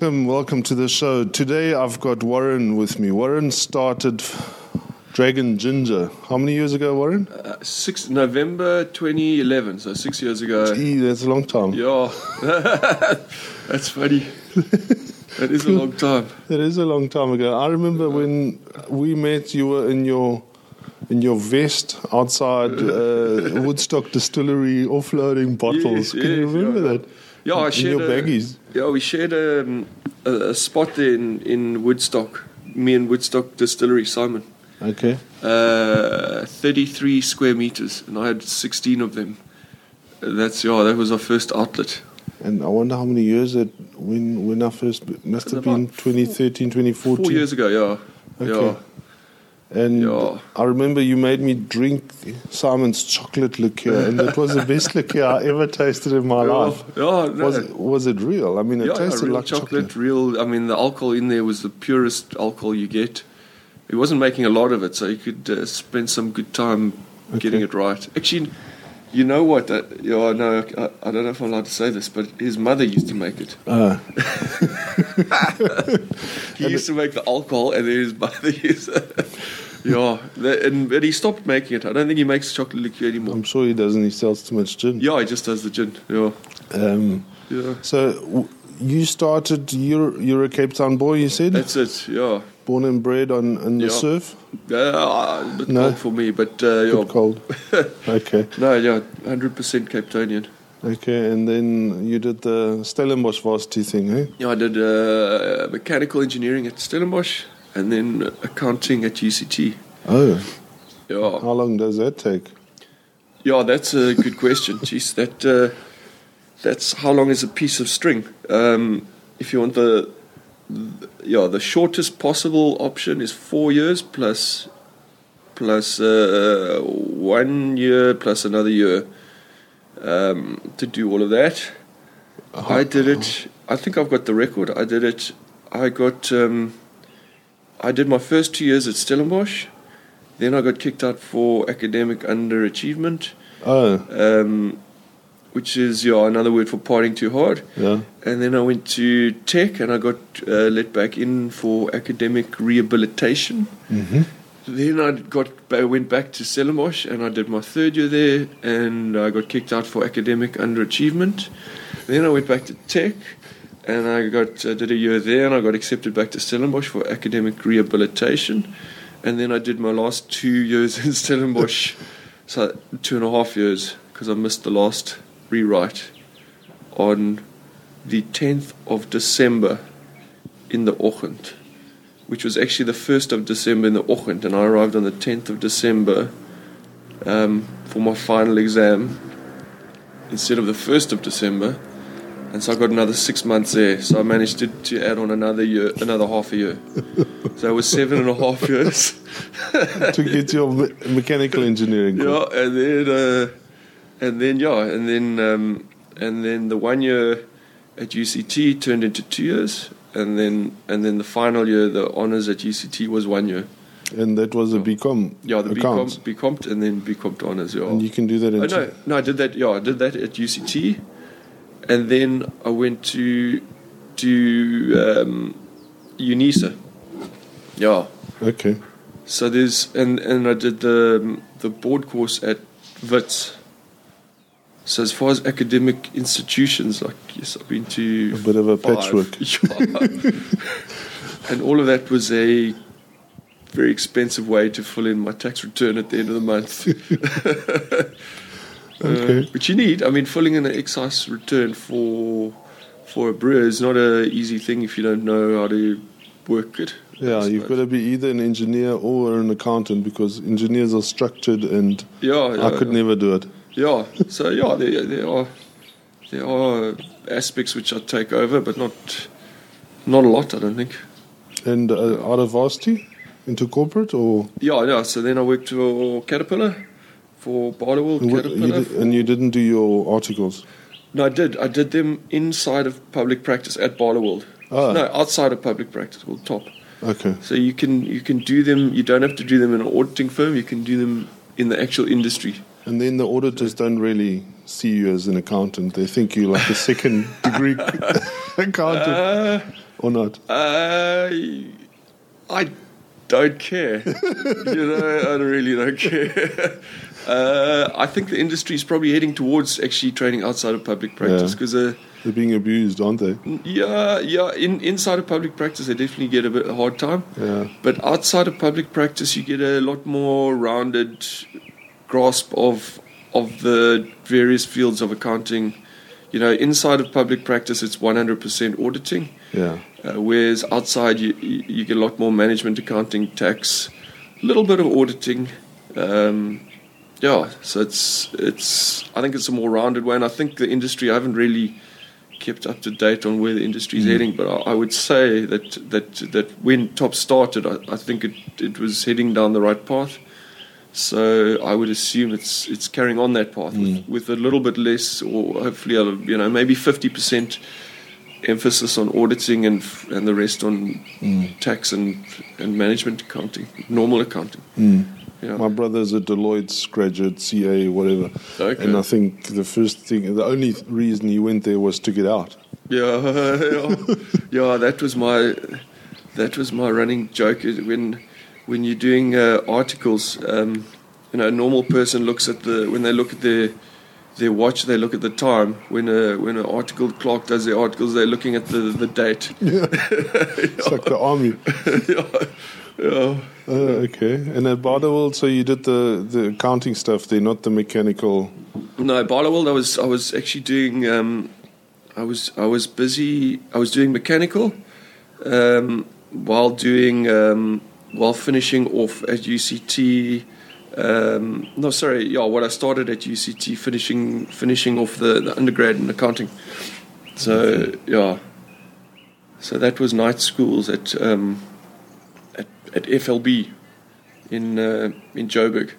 welcome, welcome to the show. Today I've got Warren with me. Warren started Dragon Ginger. How many years ago, Warren? Uh, six November 2011, so six years ago. Gee, that's a long time. Yeah, that's funny. That is a long time. That is a long time ago. I remember when we met, you were in your in your vest outside uh, Woodstock Distillery offloading bottles. Yes, Can you yes, remember yeah. that? Yeah, I In shared your a- baggies. Yeah, we shared um, a, a spot there in, in Woodstock. Me and Woodstock Distillery, Simon. Okay. Uh, 33 square meters, and I had 16 of them. That's yeah. That was our first outlet. And I wonder how many years that when when I first b- must have About been 2013, 2014. Four years ago, yeah, Okay. And Yeah. I remember you made me drink Simon's chocolate liqueur, and it was the best liqueur I ever tasted in my yeah, life. yeah. no. Was it, was it real? I mean, it yeah, yeah, tasted real like chocolate. Real, I mean, the alcohol in there was the purest alcohol you get. He wasn't making a lot of it, so you could uh, spend some good time getting Okay. it right. Actually, you know what? Uh, yeah, I know. I, I don't know if I'm allowed to say this, but his mother used to make it. Ah. He used to make the alcohol, and then his mother used. yeah, that, and but he stopped making it. I don't think he makes chocolate liqueur anymore. I'm sure he doesn't. He sells too much gin. Yeah, he just does the gin. Yeah, Um, yeah. so w- you started. You're, you're a Cape Town boy. You said That's it. Yeah, born and bred on, on the Yeah. surf. uh, a bit No. cold for me, but uh, yeah, Good cold. okay, No, yeah, hundred percent Cape Townian. okay. And then you did the Stellenbosch varsity thing, eh? Yeah, I did uh, mechanical engineering at Stellenbosch and then accounting at UCT. Oh, Yeah, how long does that take? yeah, that's a good question. Jeez, that uh, that's how long is a piece of string? Um, if you want the, the yeah, the shortest possible option is four years plus plus uh, one year plus another year um, to do all of that. I did it. I think I've got the record. I did it. I got. Um, I did my first two years at Stellenbosch. Then I got kicked out for academic underachievement, Oh, um, which is yeah another word for partying too hard. yeah. And then I went to tech and I got uh, let back in for academic rehabilitation. Mm-hmm. Then I got ba- went back to Stellenbosch and I did my third year there and I got kicked out for academic underachievement. Then I went back to Tech and I got uh, did a year there and I got accepted back to Stellenbosch for academic rehabilitation. And then I did my last two years in Stellenbosch, so two and a half years because I missed the last rewrite on the 10th of December in the ochtend which was actually the 1st of December in the ochtend, and I arrived on the 10th of December um, for my final exam instead of the 1st of December. And so I got another six months there. So I managed to, to add on another year, another half a year. So it was seven and a half years. to get your me- mechanical engineering. course. Yeah, and then uh, and then yeah, and then um, and then the one year at UCT turned into two years, and then and then the final year, the honors at UCT was one year. And that was a BCom. Yeah, the accounts. BComp, BCompt and then BCompt honours. Yeah. And you can do that in oh, two- no, no, I did that. Yeah, I did that at UCT, and then I went to to um, UNISA. Yeah. Okay. So there's and and I did the um, the board course at Wits. So as far as academic institutions, like yes, I've been to A bit of a five. patchwork. Yeah. and all of that was a very expensive way to fill in my tax return at the end of the month. Okay. But you need, I mean, filling in an excise return for for a brewer is not a easy thing if you don't know how to work it. yeah, I you've got suppose. to be either an engineer or an accountant because engineers are structured and Oh, Yeah, yeah, I could yeah. never do it. Yeah, so yeah, there, there are there are aspects which I take over, but not not a lot, I don't think. And uh, out of varsity into corporate or Yeah, yeah. So then I worked for Caterpillar, for Barloworld and what- you Caterpillar. di- and you didn't do your articles. no, I did. I did them inside of public practice at Barloworld. Ah. No, outside of public practice called Top. Okay. So you can you can do them. You don't have to do them in an auditing firm. You can do them in the actual industry. And then the auditors don't really see you as an accountant. They think you're like a second degree accountant Uh, or not. uh, I don't care. you know, I really don't care. Uh, I think the industry is probably heading towards actually training outside of public practice Yeah. because uh, They're being abused, aren't they? Yeah, yeah. In inside of public practice, they definitely get a bit a hard time. Yeah. But outside of public practice, you get a lot more rounded grasp of of the various fields of accounting. You know, inside of public practice, it's one hundred percent auditing, Yeah. uh, whereas outside you you you get a lot more management, accounting, tax, a little bit of auditing. Um, yeah, so it's it's I think it's a more rounded way, and I think the industry I haven't really kept up to date on where the industry is heading, but I, I would say that that that when Top started, I, I think it, it was heading down the right path. So I would assume it's it's carrying on that path with, with a little bit less, or hopefully a- you know maybe fifty percent emphasis on auditing and f- and the rest on tax and and management accounting, normal accounting. Yeah. My brother's a Deloitte's graduate, CA, whatever. Okay. And I think the first thing, the only reason he went there was to get out. Yeah, yeah, yeah. That was my that was my running joke is when when you're doing uh, articles. Um, you know, a normal person looks at the when they look at their their watch, they look at the time. When a when an article clerk does their articles, they're looking at the the date. It's like the army. yeah, yeah. Uh, okay. And at Baderwald, so you did the, the accounting stuff there, not the mechanical. No, Barlowworld. I was I was actually doing. Um, I was I was busy. I was doing mechanical, um, while doing um, while finishing off at UCT. Um, no, sorry. Yeah, what I started at UCT, finishing finishing off the, the undergrad in accounting. So yeah. So that was night schools at um, at, at FLB in uh, in Joburg.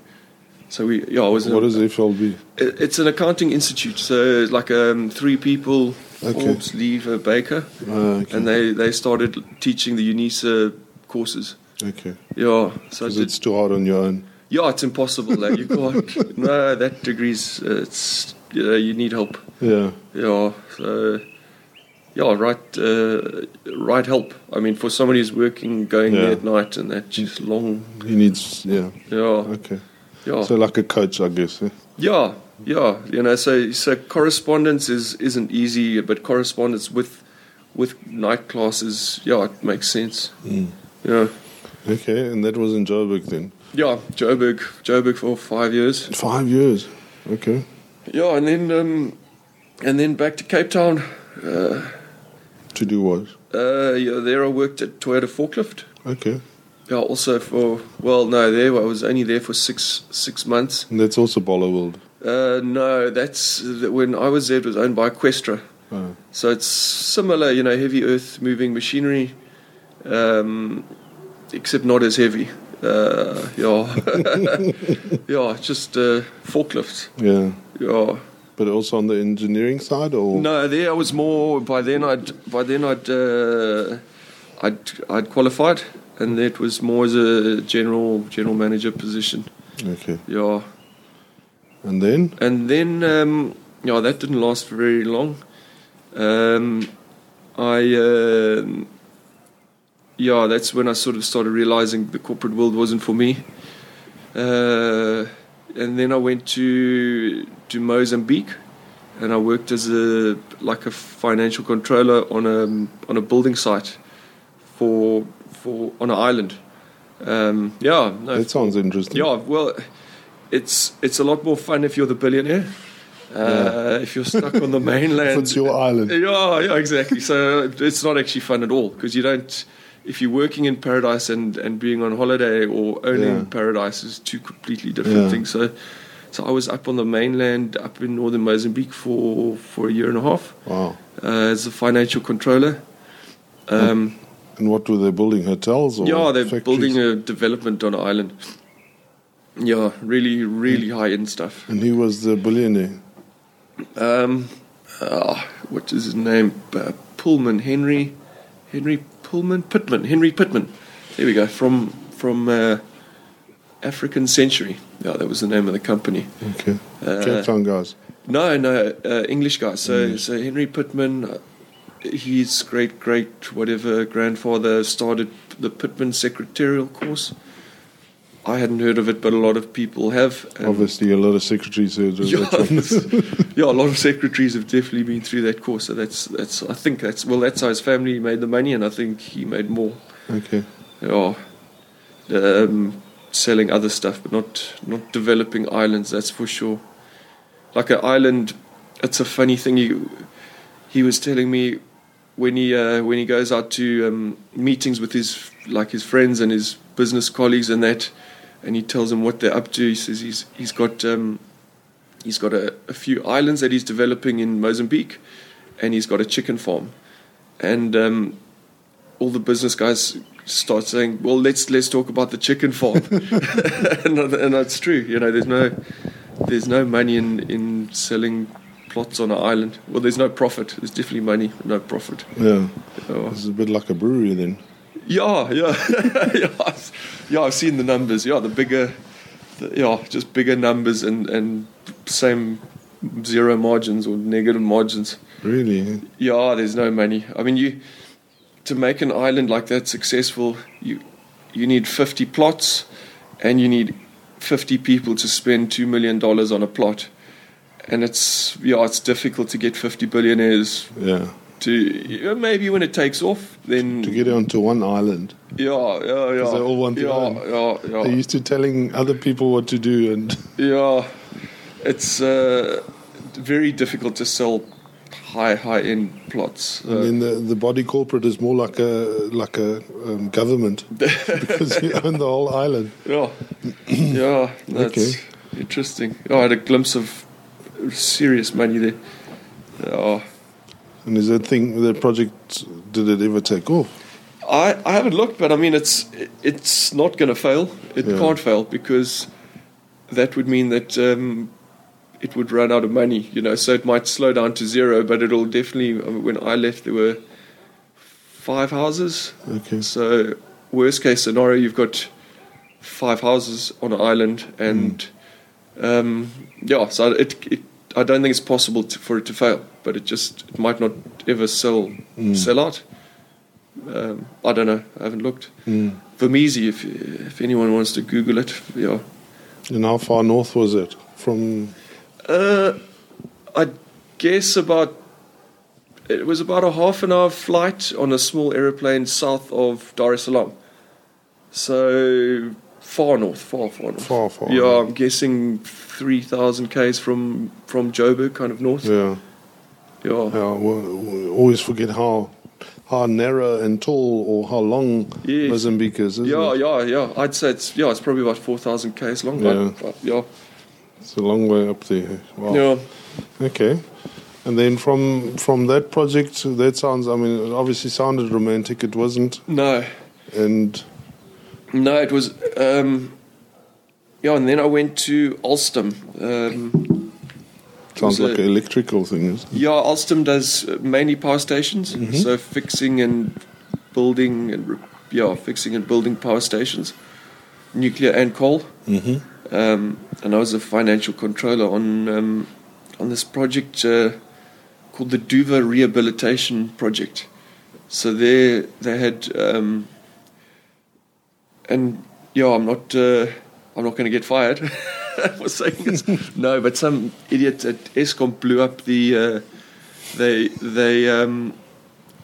So we yeah I was in- What is FLB? it- It's an accounting institute, so like um, three people, Okay. Forbes, Lever, Baker, Uh, okay. and they, they started teaching the UNISA courses. okay. Yeah, so I 'Cause did- it's too hard on your own. yeah, it's impossible. Like, you can't. no, that degree's uh, it's you, know, you need help. Yeah. Yeah, so yeah, right, uh, right help. I mean, for somebody who's working, going there Yeah. Mm. at night, and that's just long. He needs, yeah. Yeah, Okay. yeah. So, like a coach, I guess. eh? Yeah, yeah. You know, so so correspondence is isn't easy, but correspondence with with night classes, yeah, it makes sense. Yeah, Okay. And that was in Joburg then. yeah. Joburg, Joburg for five years. Five years. Okay. Yeah, and then um, and then back to Cape Town. Uh, To do what? uh, yeah, there I worked at Toyota forklift. Okay. Yeah, also for well, no, there I was only there for six six months. And that's also Bollerworld. Uh, no, that's when I was there. It was owned by Equestra. Oh. So it's similar, you know, heavy earth moving machinery, um, except not as heavy. Uh, yeah, yeah, just uh, forklifts. Yeah. Yeah, But also on the engineering side, or no, there I was more. By then, I'd by then I'd uh, I'd I'd qualified, and that was more as a general general manager position. okay. Yeah. And then And then, um, yeah, that didn't last for very long. Um, I, um yeah, that's when I sort of started realizing the corporate world wasn't for me. Uh, and then I went to to Mozambique, and I worked as a like a financial controller on a on a building site for for on an island. Um, yeah, no, that sounds interesting. yeah, well, it's it's a lot more fun if you're the billionaire. Uh, If you're stuck on the If mainland, it's your island. yeah, yeah, exactly. So it's not actually fun at all because you don't. If you're working in paradise and, and being on holiday or owning Yeah. paradise is two completely different Yeah. things. So, so I was up on the mainland, up in northern Mozambique for for a year and a half Wow. uh, as a financial controller. Um, And what were they building? Hotels or yeah, they're factories? building a development on an island. Yeah, really, really high end stuff. And he was the billionaire. Um, ah, what is his name? Uh, Pullman Henry, Henry Pullman Pittman, Henry Pittman. There we go. From from uh, African Century. Yeah, that was the name of the company. Okay. Uh, Cape Town guys. No, no, uh, English guy. So, so Henry Pittman, uh, his great great whatever grandfather started the Pittman secretarial course. I hadn't heard of it, but a lot of people have. and- Obviously, a lot of secretaries here. do um, yeah, that one. it's- yeah, a lot of secretaries have definitely been through that course. So that's that's. I think that's well. That's how his family made the money, and I think he made more. Okay. Yeah, um, selling other stuff, but not not developing islands. That's for sure. Like an island, it's a funny thing. He he was telling me when he uh, when he goes out to um, meetings with his like his friends and his business colleagues and that, and he tells them what they're up to. He says he's he's got um, he's got a, a few islands that he's developing in Mozambique, and he's got a chicken farm, and um, all the business guys start saying, "Well, let's let's talk about the chicken farm," and, and that's true. You know, there's no there's no money in in selling plots on an island. Well, there's no profit. There's definitely money, no profit. Yeah. Oh. This is a bit like a brewery then. Yeah, yeah, yeah, I've- yeah. I've seen the numbers. Yeah, the bigger, the, yeah, just bigger numbers and and same zero margins or negative margins. Really? Yeah, there's no money. I mean, you to make an island like that successful, you you need 50 plots, and you need 50 people to spend two million dollars on a plot, and it's yeah, it's difficult to get 50 billionaires Yeah. to yeah, maybe when it takes off, then To get onto one island. yeah, yeah, yeah, they all want to yeah, yeah, They're yeah, used to telling other people what to do and yeah. It's uh, very difficult to sell high high end plots. uh, And then the, the body corporate is more like a like a um, government because you own the whole island. Yeah, yeah, that's Okay. interesting. Oh, I had a glimpse of serious money there. Oh, And is that thing the project did it ever take off? I I haven't looked, but I mean, it's it's not going to fail. It Yeah. can't fail because that would mean that um, it would run out of money. You know, so it might slow down to zero, but it'll definitely. I mean, when I left, there were five houses. Okay. So, worst case scenario, you've got five houses on an island, and um, yeah, so it, it. I don't think it's possible to, for it to fail, but it just it might not ever sell sell out. Um, I don't know. I haven't looked. Mm. Vermeesi, if if anyone wants to Google it, yeah. And how far north was it from? Uh, I guess about it was about a half an hour flight on a small aeroplane south of Dar es Salaam. So far north, far far north. Far, far Yeah, north. I'm guessing three thousand k's from from Joburg, kind of north. Yeah. Yeah, Yeah. yeah. We, we always forget how how narrow and tall or how long Yes. Mozambique is. Isn't Yeah, it? yeah, I'd say it's yeah, it's probably about four thousand k's long. Yeah. I- I- yeah, it's a long way up there. Wow. yeah. Okay. And then from from that project, that sounds. I mean, it obviously sounded romantic. It wasn't, No, and No, it was. Um, yeah, and then I went to Alstom. Um, sounds was a- like an electrical thing. Isn't it? yeah, Alstom does uh, mainly power stations, so fixing and building and re- yeah, fixing and building power stations, nuclear and coal. Mm-hmm. Um, and I was a financial controller on um, on this project uh, called the Duva Rehabilitation Project. So there, they had. Um, and yeah, I'm not uh, I'm not going to get fired for saying this. no, but some idiot at Eskom blew up the uh, they they um,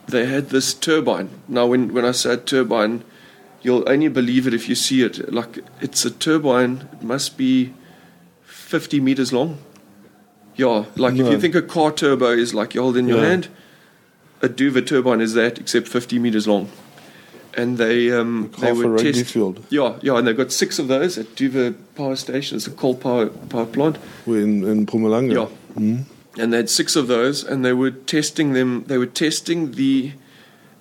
they had this turbine. Now, when when I say turbine, you'll only believe it if you see it. Like it's a turbine. It must be 50 meters long. Yeah, like if No. you think a car turbo is like you hold in your Yeah. hand, a Duva turbine is that, except 50 meters long. And they um, they Half a were rugby test- field. yeah, yeah, and they've got six of those at Duva Power Station. It's a coal power, power plant. We're in, in Pumalanga. Yeah. And they had six of those, and they were testing them. They were testing the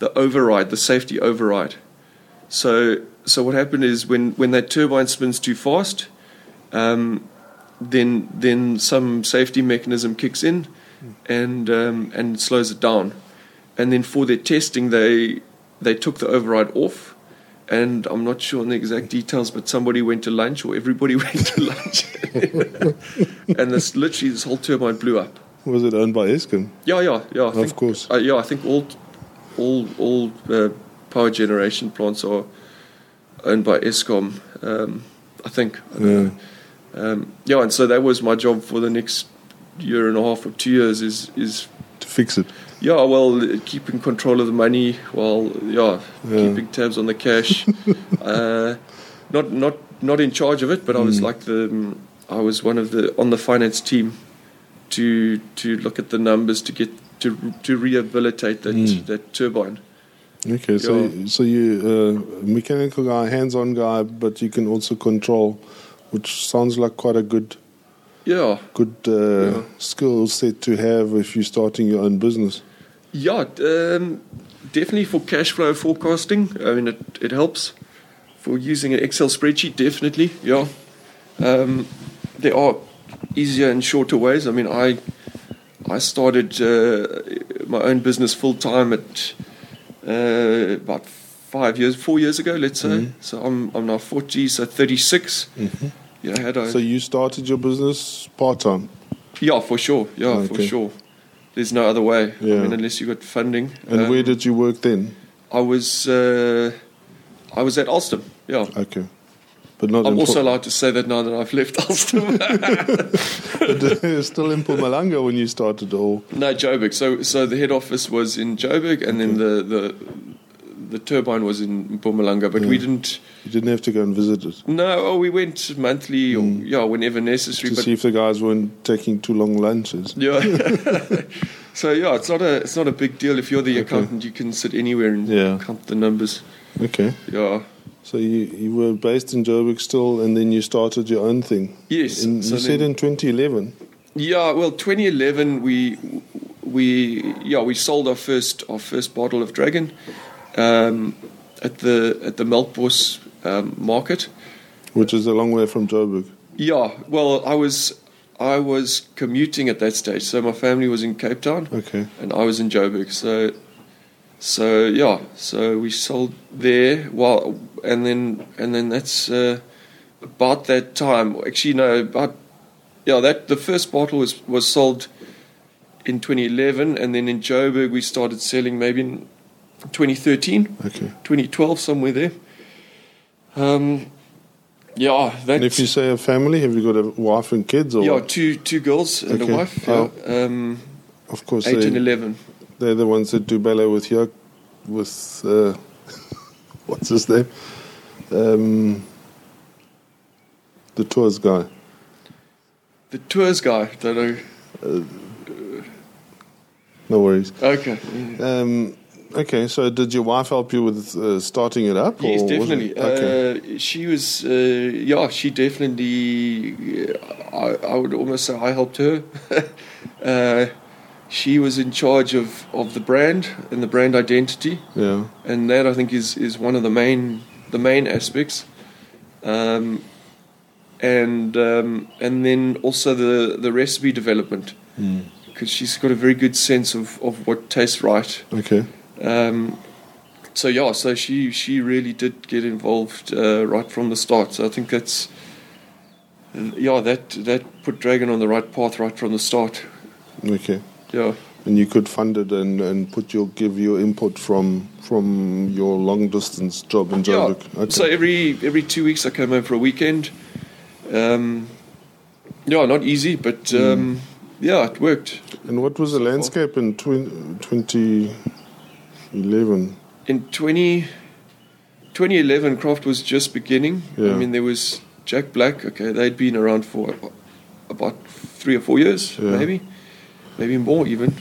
the override, the safety override. So, so what happened is when when that turbine spins too fast, um, then then some safety mechanism kicks in, and um, and slows it down. And then for their testing, they they took the override off, And I'm not sure on the exact details, but somebody went to lunch or everybody went to lunch. and this literally this whole turbine blew up. Was it owned by Eskom? Yeah, yeah, yeah. I think, course. Uh, yeah, I think all all all uh, power generation plants are owned by Eskom. Um, I think. I don't Yeah. know. Um, yeah, and so that was my job for the next year and a half or two years is is To fix it. yeah, well, keeping control of the money while yeah, Yeah. keeping tabs on the cash. uh, not not not in charge of it, but I was like the mm, I was one of the on the finance team to to look at the numbers to get to to rehabilitate that that turbine. Okay, so Yeah. so you uh, mechanical guy, hands-on guy, but you can also control, which sounds like quite a good Yeah, good uh, Yeah. skill set to have if you're starting your own business. yeah, um, definitely for cash flow forecasting. I mean, it it helps for using an Excel spreadsheet. Definitely, yeah. Um, there are easier and shorter ways. I mean, I I started uh, my own business full time at uh, about five years, four years ago, let's say. Mm-hmm. So I'm I'm now forty, so thirty six. You know, had I, So you started your business part time, yeah, for sure, yeah, for Okay. sure. There's no other way. I Yeah. mean, unless you got funding. and Um, where did you work then? I was uh, I was at Alstom. Yeah. Okay, but not. I'm in also Pul- allowed to say that now that I've left Alstom. still in Pumalanga when you started, or no, Joburg. So so the head office was in Joburg, and then the the the turbine was in Mpumalanga, but we didn't. you didn't have to go and visit it No, oh, we went monthly or yeah, whenever necessary. Mm. to but see if the guys weren't taking too long lunches. yeah, so yeah, it's not a it's not a big deal if you're the accountant. You can sit anywhere and Yeah. count the numbers. Okay, Yeah, so you you were based in Joburg still, and then you started your own thing. yes. In, so you said then- in 2011. Yeah, well, 2011 we we yeah we sold our first our first bottle of Dragon um, at the at the Melkbos um, market. Which is a long way from Joburg. Yeah, well, I was I was commuting at that stage, so my family was in Cape Town Okay. and I was in Joburg. So so yeah, so we sold there. Well, and then and then that's uh, about that time. Actually, no, about yeah, that the first bottle was was sold in 2011, and then in Joburg we started selling maybe in 2013, Okay. 2012, somewhere there. Um, yeah, that. And if you say a family, have you got a wife and kids? Or yeah, what? two two girls and Okay. a wife. Oh. Yeah, um, of course, eight and they, eleven. they're the ones that do ballet with your, with uh, what's his name, um, the tours guy. The tours guy. Don't know. No worries. Okay. Um, okay, so did your wife help you with uh, starting it up? Yes, or was it- definitely. Okay. Uh, she was, uh, yeah, she definitely. uh, I, I would almost say I helped her. uh, she was in charge of, of the brand and the brand identity, yeah. and that I think is, is one of the main the main aspects. Um, and um, and then also the, the recipe development Hmm. because she's got a very good sense of, of what tastes right. Okay. Um, so yeah, so she she really did get involved uh, right from the start. So I think that's yeah that that put Dragon on the right path right from the start. Okay. Yeah, And you could fund it and, and put your give your input from from your long distance job in yeah. Joburg. Okay. So every every two weeks I came home for a weekend. Um, yeah, not easy, but um, yeah, it worked. And what was the landscape in twen- 2011? in 20, 2011, Croft was just beginning. I Yeah. mean, there was Jack Black. Okay, they'd been around for about three or four years, Yeah. maybe, maybe more even.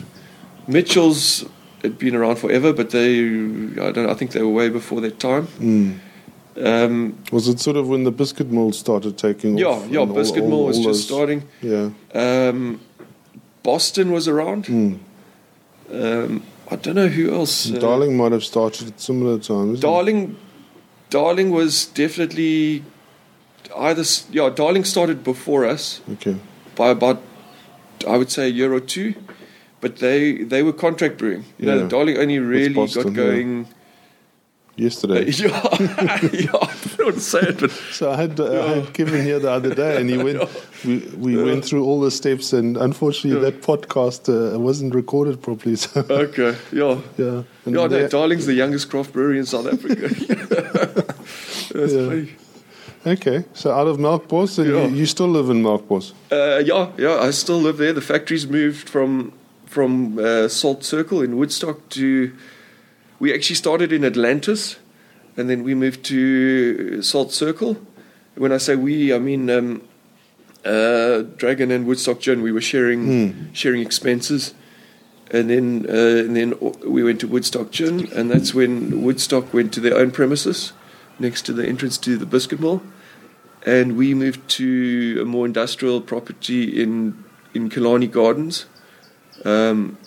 Mitchell's had been around forever, but they, I don't, I think they were way before their time. Mm. Um, Was it sort of when the biscuit mill started taking yeah, off? yeah, and all- Biscuit all- Mill was all just those- starting. Yeah. Um, Boston was around. Mm. Um, I don't know who else. uh, Darling might have started at similar times. Darling, Darling was definitely either s- yeah. Darling started before us Okay. by about I would say a year or two, but they they were contract brewing. You know, Yeah. Darling only really Boston, got going yesterday. yeah, yeah, I don't want to say it, but So I had, uh, I had Kevin here the other day, and he went. We, we Yeah. went through all the steps, and unfortunately, Yeah. that podcast uh, wasn't recorded properly. So okay, yeah. yeah, and yeah, no, they- Darling's the youngest craft brewery in South Africa. That's Yeah. funny. okay. So out of Melkbos, and Yeah. you, you still live in Melkbos. Uh, yeah, yeah, I still live there. The factory's moved from from uh, Salt Circle in Woodstock to. We actually started in Atlantis, and then we moved to Salt Circle. When I say we, I mean um, uh, Dragon and Woodstock Gin. We were sharing sharing expenses, and then uh, and then o- we went to Woodstock Gin, and that's when Woodstock went to their own premises next to the entrance to the biscuit mill and we moved to a more industrial property in in Killarney Gardens, um,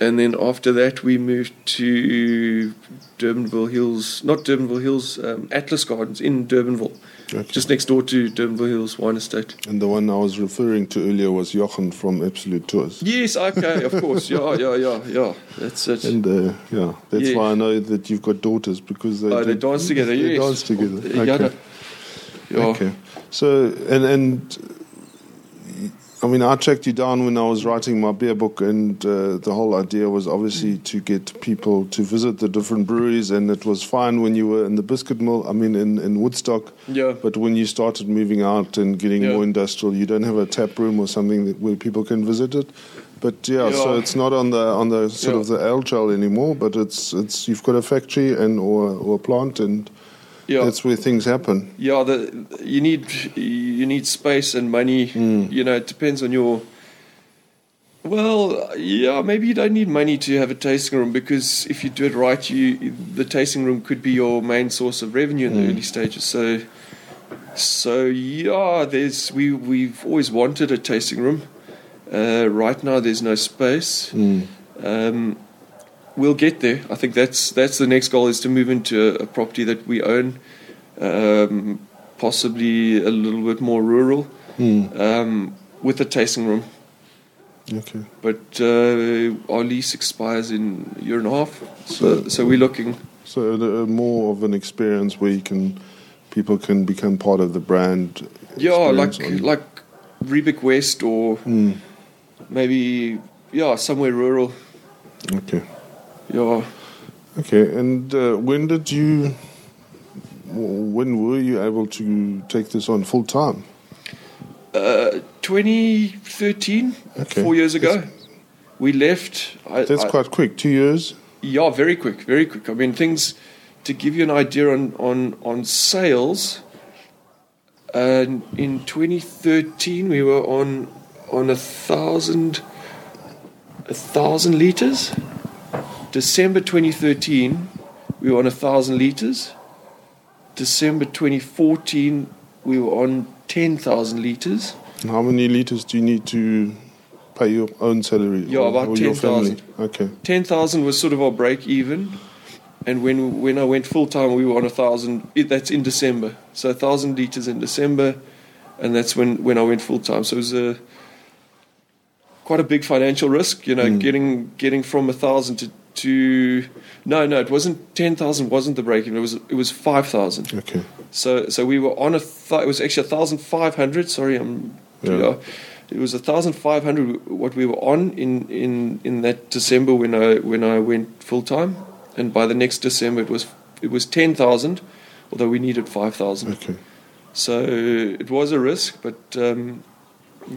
and then after that we moved to Durbanville Hills, not Durbanville Hills, um, Atlas Gardens in Durbanville, Okay. just next door to Durbanville Hills Wine Estate. And the one I was referring to earlier was Jochen from Absolute Tours. Yes, okay, of course, yeah, yeah, yeah, yeah. That's it. And uh, yeah, that's Yeah. why I know that you've got daughters because they, Oh, they do- dance together, They yes. dance together. Yeah, no. Okay. Yeah. Okay. So and and I mean, I tracked you down when I was writing my beer book, and uh, the whole idea was obviously to get people to visit the different breweries, and it was fine when you were in the biscuit mill. I mean, in in Woodstock. Yeah. But when you started moving out and getting Yeah. more industrial, you don't have a tap room or something that, where people can visit it. But yeah, so Yeah. it's not on the on the sort Yeah. of the ale trail anymore. But it's it's you've got a factory and or or a plant, and Yeah. that's where things happen. yeah, the, you need you need space and money. You know, it depends on your. Well, yeah, maybe you don't need money to have a tasting room because if you do it right, you the tasting room could be your main source of revenue in the early stages. So, so yeah, there's we we've always wanted a tasting room. Uh, right now, there's no space. Um, we'll get there. I think that's that's the next goal is to move into a, a property that we own, um, possibly a little bit more rural, Hmm. um, with a tasting room. Okay. But uh, our lease expires in a year and a half, so so we're looking. So the, uh, more of an experience where you can, people can become part of the brand. Yeah, like experience on- like Rebic West or maybe yeah somewhere rural. okay, Yeah. okay. And uh, when did you? w- When were you able to take this on full time? Uh, 2013, Okay. four years ago, we left. I, That's I- quite quick. Two years. Yeah, very quick, very quick. I mean, things to give you an idea on on on sales. Uh, in 2013, we were on on a thousand a thousand liters. December 2013, we were on a thousand liters. December 2014, we were on 10,000 liters. And how many liters do you need to pay your own salary? Yeah, or- about or your 10,000. family? Okay. ten thousand was sort of our break even, and when when I went full time, we were on a thousand. That's in December, so a thousand liters in December, and that's when when I went full time. So it was a quite a big financial risk, you know, getting getting from a thousand to to no no it wasn't ten thousand wasn't the break even it was it was five thousand. Okay. So so we were on a th- it was actually a thousand five hundred. Sorry, I'm Yeah. yeah. It was a thousand five hundred what we were on in in in that December when I when I went full time, and by the next December it was it was ten thousand, although we needed five thousand. Okay. So it was a risk, but. Um,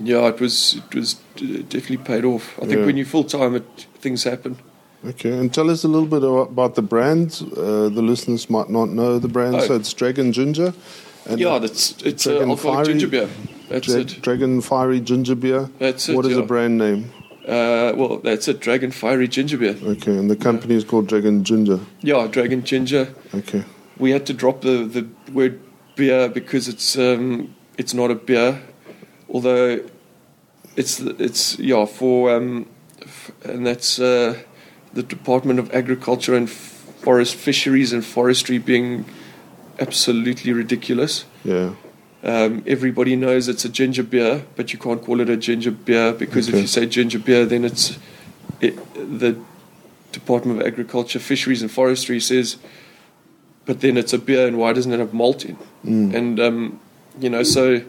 yeah, it was it was uh, definitely paid off. I think Yeah. when you're full time, it things happen. Okay, and tell us a little bit a- about the brands. Uh, the listeners might not know the brand, Oh. so it's Dragon Ginger. And yeah, that's it's uh, Dragon alcoholic Fiery- ginger beer. That's Dra- it. Dragon Fiery Ginger Beer. That's it, What is yeah. the brand name? Uh, well, that's it. Dragon Fiery Ginger Beer. Okay, and the company is called Dragon Ginger. Yeah, Dragon Ginger. Okay, We had to drop the, the word beer because it's um, it's not a beer, although it's it's yeah for um, f- and that's uh, the Department of Agriculture and Forest Fisheries and Forestry being absolutely ridiculous. yeah, Um, everybody knows it's a ginger beer, but you can't call it a ginger beer because Okay. if you say ginger beer, then it's it, the Department of Agriculture, Fisheries and Forestry says but then it's a beer, and why doesn't it have malt in? And um, you know, so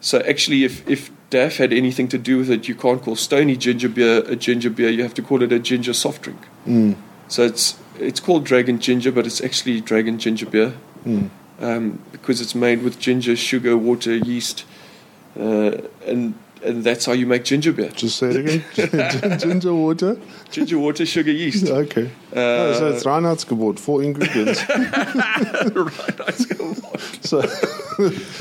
so actually, if if DAF had anything to do with it, you can't call Stony ginger beer a ginger beer. You have to call it a ginger soft drink. Mm. So it's it's called Dragon Ginger, but it's actually Dragon Ginger beer Mm. um, because it's made with ginger, sugar, water, yeast, uh, and and that's how you make ginger beer. Just say it again. Ginger water. Ginger, water, sugar, yeast. Okay. Uh, No, Oh, so it's Reinheitsgebot, four ingredients. right, I was gonna laugh. so,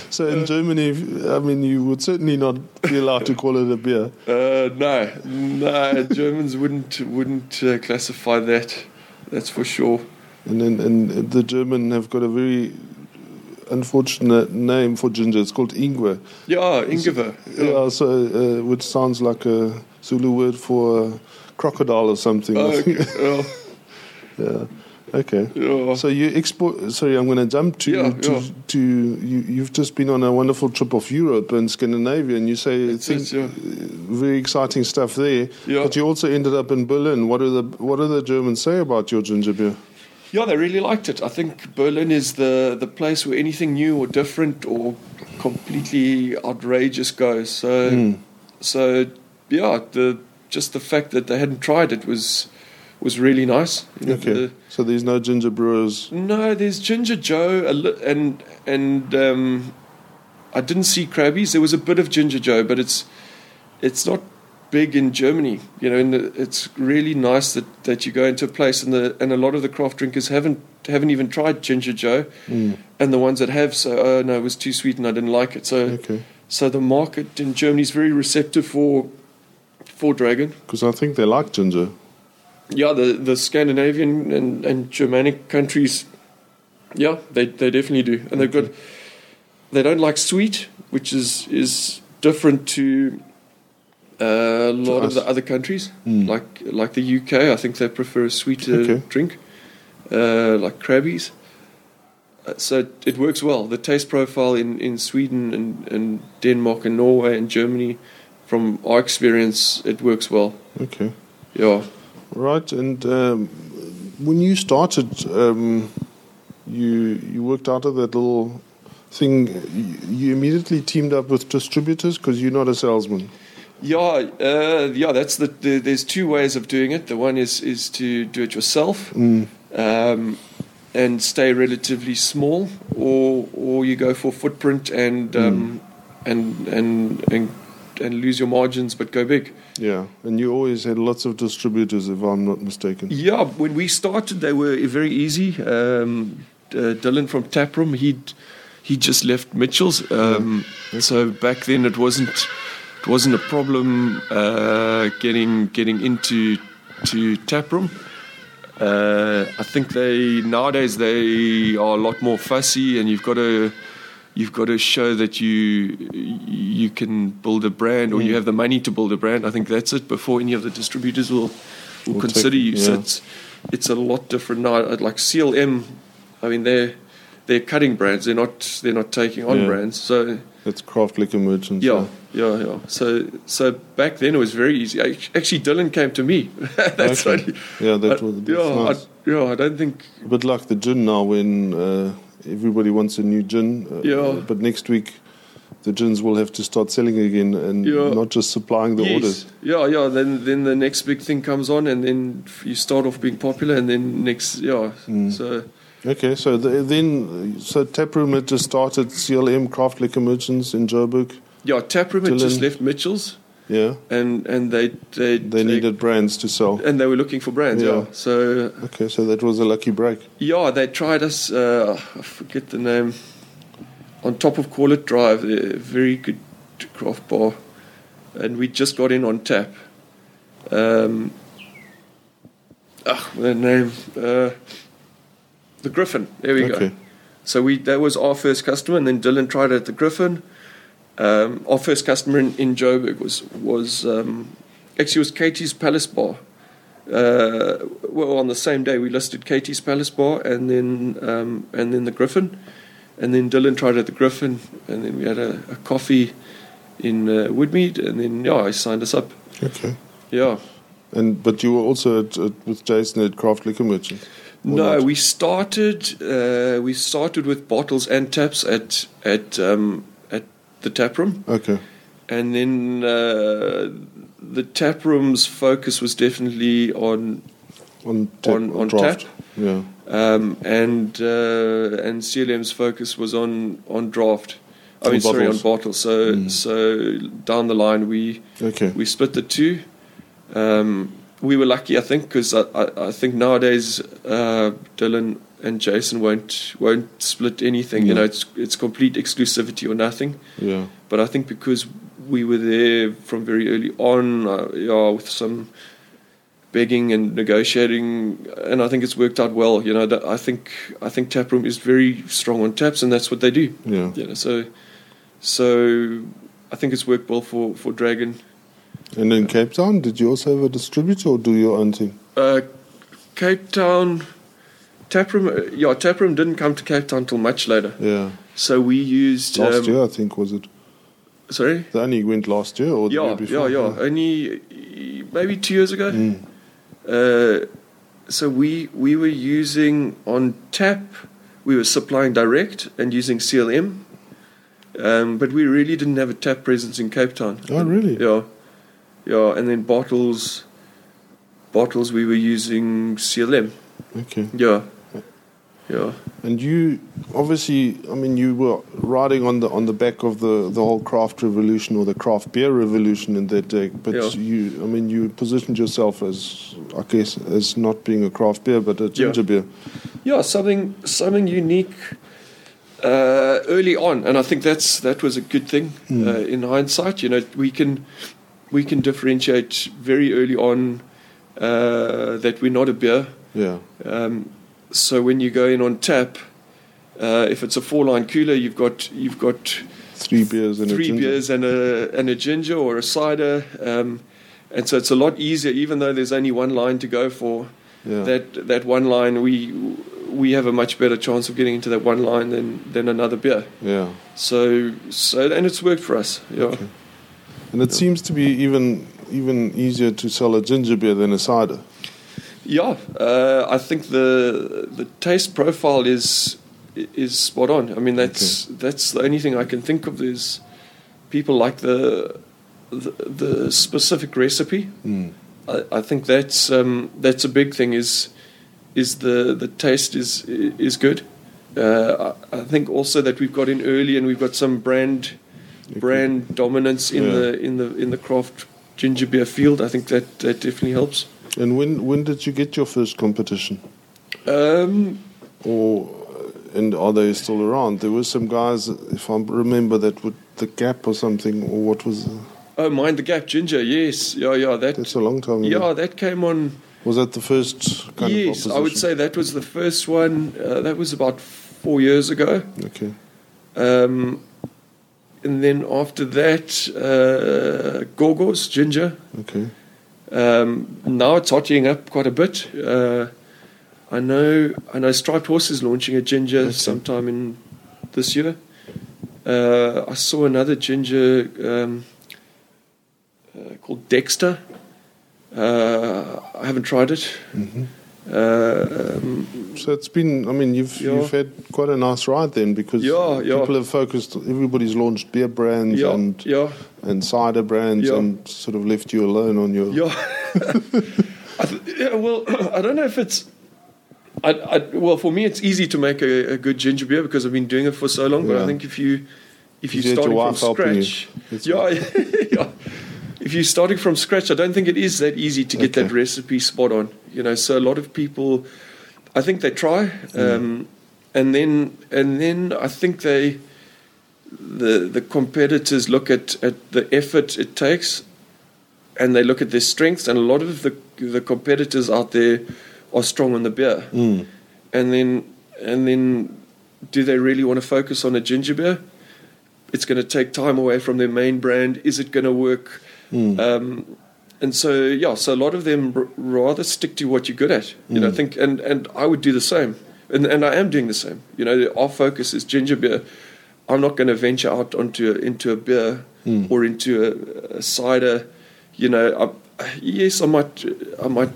so in Germany, if- I mean, you would certainly not be allowed to call it a beer. Uh, no, no, Germans wouldn't wouldn't uh, classify that. That's for sure. And then, and the German have got a very unfortunate name for ginger. It's called ingwer. Yeah, Ingever. Yeah, so uh, which sounds like a Zulu word for a crocodile or something. Oh, okay. Oh, yeah. Okay. yeah. So you export. Sorry, I'm going to jump to Yeah, to, yeah. to you. You've just been on a wonderful trip of Europe and Scandinavia, and you say That's things, uh, it, yeah. very exciting stuff there. Yeah. But you also ended up in Berlin. What do the What do the Germans say about your ginger beer? Yeah, they really liked it. I think Berlin is the, the place where anything new or different or completely outrageous goes. So, so yeah, the just the fact that they hadn't tried it was was really nice. You know, Okay. the- So there's no ginger brewers. no, there's Ginger Joe a li- and and um, I didn't see Krabby's. There was a bit of Ginger Joe, but it's it's not big in Germany. You know, and the- it's really nice that, that you go into a place and the and a lot of the craft drinkers haven't haven't even tried Ginger Joe, and the ones that have, so oh no, it was too sweet and I didn't like it. So Okay. so the market in Germany is very receptive for for Dragon. Because I think they like ginger. Yeah, the, the Scandinavian and, and Germanic countries, yeah, they, they definitely do. And they've got, they don't like sweet, which is, is different to uh, a lot of us. the other countries, Mm. like like the UK. I think they prefer a sweeter Okay. drink, uh, like Krabby's. Uh, So it, it works well. The taste profile in, in Sweden and, and Denmark and Norway and Germany, from our experience, it works well. Okay. Yeah. Right. And um, when you started, um, you you worked out of that little thing. You, you immediately teamed up with distributors because you're not a salesman. Yeah, uh, yeah. That's the, the. There's two ways of doing it. The one is is to do it yourself, um, and stay relatively small, or or you go for footprint and um, and and and and lose your margins but go big. Yeah, and you always had lots of distributors, if I'm not mistaken. Yeah, when we started, they were very easy. Um, uh, Dylan from Taproom, he'd he just left Mitchell's, um, so back then it wasn't it wasn't a problem uh, getting getting into to Taproom. Uh, I think they nowadays they are a lot more fussy, and you've got to you've got to show that you you can build a brand or you Mm. have the money to build a brand. I think that's it. Before any of the distributors will Will will, take consider it, you, so yeah. it's it's a lot different now. Like CLM, I mean they're they're cutting brands. They're not they're not taking on Yeah. brands. So That's craft liquor merchants. yeah, yeah, yeah. So so back then it was very easy. Ac- Actually, Dylan came to me. that's Okay. funny. yeah, that I- was that's yeah, nice. I, yeah. I don't think A bit like the gin now, when uh, everybody wants a new gin. Uh, Yeah. But next week, the gins will have to start selling again and Yeah. not just supplying the Yes. orders. Yeah, yeah. Then then the next big thing comes on, and then you start off being popular, and then next, yeah. Hmm. So Okay, so the, then so taproom had just started CLM craft liquor merchants in Joburg. yeah, Taproom had just Dylan. left Mitchell's, Yeah, and and they they they needed brands to sell. and they were looking for brands. Yeah. Yeah. So Okay, so that was a lucky break. yeah, they tried us. Uh, I forget the name. On top of Call It Drive, a very good craft bar, and we just got in on tap. Um, ah, the name, uh, the Griffin. There we go. okay, So we that was our first customer, and then Dylan tried it at the Griffin. Um, our first customer in, in Joburg was was um, actually it was Katie's Palace Bar. Uh, well, on the same day we listed Katie's Palace Bar, and then um, and then the Griffin, and then Dylan tried it at the Griffin, and then we had a, a coffee in uh, Woodmead, and then yeah, he signed us up. okay. Yeah. And but you were also at, at, with Jason at Craft Liquor Merchants. No, not? we started uh, we started with bottles and taps at at um, at the tap room. Okay. and then uh, the tap room's focus was definitely on On tap. On- on draft. tap? Yeah. um, and uh, and CLM's focus was on on draft. I On mean, sorry, on bottles. bottles. So Mm. so down the line we Okay. we split the two. Um, we were lucky, I think, because I, I, I think nowadays uh, Dylan and Jason won't won't split anything. You No. know, it's it's complete exclusivity or nothing. Yeah. but I think because we were there from very early on, uh, yeah, with some begging and negotiating, and I think it's worked out well. You know, that I think I think Taproom is very strong on taps, and that's what they do. Yeah. You know, so so I think it's worked well for for Dragon. And in Cape Town, did you also have a distributor or do your own thing? Uh, Cape Town. Taproom, uh, yeah, Taproom didn't come to Cape Town till much later. Yeah. So we used. Last um, year, I think, was it? Sorry? They only went last year or the yeah, year before? Mm, Yeah, yeah. Only uh, maybe two years ago. Uh, so we we were using on tap. We were supplying direct and using CLM, um, but we really didn't have a tap presence in Cape Town. Oh, really? Yeah, yeah. And then bottles, bottles. We were using CLM. Okay. Yeah, yeah. And you, obviously, I mean, you were riding on the on the back of the, the whole craft revolution or the craft beer revolution in that day. But Yeah. you, I mean, you positioned yourself as, I guess, as not being a craft beer, but a ginger beer. yeah, something something unique uh, early on, and I think that's that was a good thing Hmm. uh, in hindsight. You know, we can we can differentiate very early on uh, that we're not a beer. Yeah. Um, so when you go in on tap, uh, if it's a four line cooler, you've got you've got Three beers and a three ginger. beers and a and a ginger or a cider. Um, and so it's a lot easier, even though there's only one line to go for Yeah. that that one line we we have a much better chance of getting into that one line than than another beer. yeah. So so and it's worked for us. Yeah. Okay. And it seems to be even even easier to sell a ginger beer than a cider. Yeah, uh, I think the the taste profile is is spot on. I mean, that's that's the only thing I can think of is people like the the, the specific recipe. Mm. I, I think that's um, that's a big thing. Is is the the taste is is good. Uh, I, I think also that we've got in early and we've got some brand brand dominance in Yeah. the in the in the craft ginger beer field. I think that that definitely helps. And when when did you get your first competition? Um, Or and are they still around? There were some guys, if I remember, that would the Gap or something, or what was oh, mind the gap ginger. Yes, yeah, yeah. That that's a long time ago. yeah, that came on. Was that the first kind yes, of I would opposition? say that was the first one. Uh, that was about four years ago. Okay. Um, and then after that, uh, Gorgos, Ginger. Okay. Um, now it's hotting up quite a bit. Uh, I know I know Striped Horse is launching a Ginger Okay. sometime in this year. Uh, I saw another Ginger um, uh, called Dexter. Uh, I haven't tried it. Mm-hmm. Uh, um, So it's been I mean you've Yeah. you've had quite a nice ride then because Yeah, yeah. people have focused everybody's launched beer brands yeah, and yeah. and cider brands Yeah. and sort of left you alone on your Yeah. I th- yeah well, I don't know if it's. I, I, well, for me, it's easy to make a, a good ginger beer because I've been doing it for so long. But I Yeah. think if you if You get you're your starting from wife helping you. scratch, It's- yeah, yeah. If you're starting from scratch, I don't think it is that easy to get Okay. that recipe spot on. You know, so a lot of people, I think they try, Mm. um, and then and then I think they the the competitors look at, at the effort it takes and they look at their strengths and a lot of the the competitors out there are strong on the beer Mm. and then and then do they really want to focus on a ginger beer it's going to take time away from their main brand is it going to work Mm. um, and so yeah so a lot of them r- rather stick to what you're good at you know think and and i would do the same and and i am doing the same you know our focus is ginger beer i'm not going to venture out onto into a beer or into a, a cider you know I, yes i might i might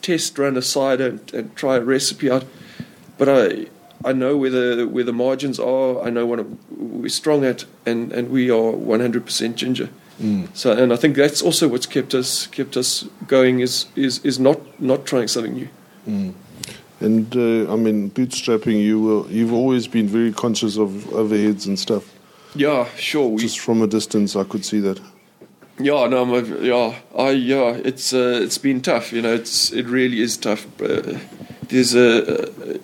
test run a cider and, and try a recipe out, but I I know where the where the margins are. I know what we're strong at, and, and we are 100% ginger. Mm. So, and I think that's also what's kept us kept us going is is, is not not trying something new. Mm. And uh, I mean, bootstrapping, you will, you've always been very conscious of overheads and stuff. Yeah, sure. We, Just from a distance, I could see that. yeah, no, my, yeah, I yeah. It's uh, it's been tough. You know, it's it really is tough. Uh, there's a uh,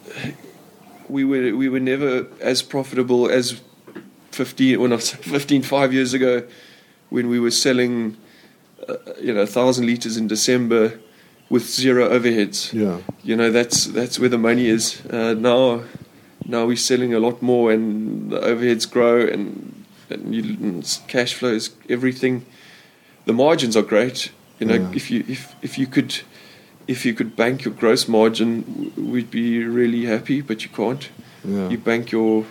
we were we were never as profitable as 15 when I was 15 five years ago when we were selling uh, you know a thousand liters in December with zero overheads. Yeah. you know that's that's where the money is uh, now. Now we're selling a lot more, and the overheads grow, and, and you, and cash flows, everything. The margins are great. You know, Yeah. if you if if you could, if you could bank your gross margin, w- we'd be really happy. But you can't. Yeah. You bank your.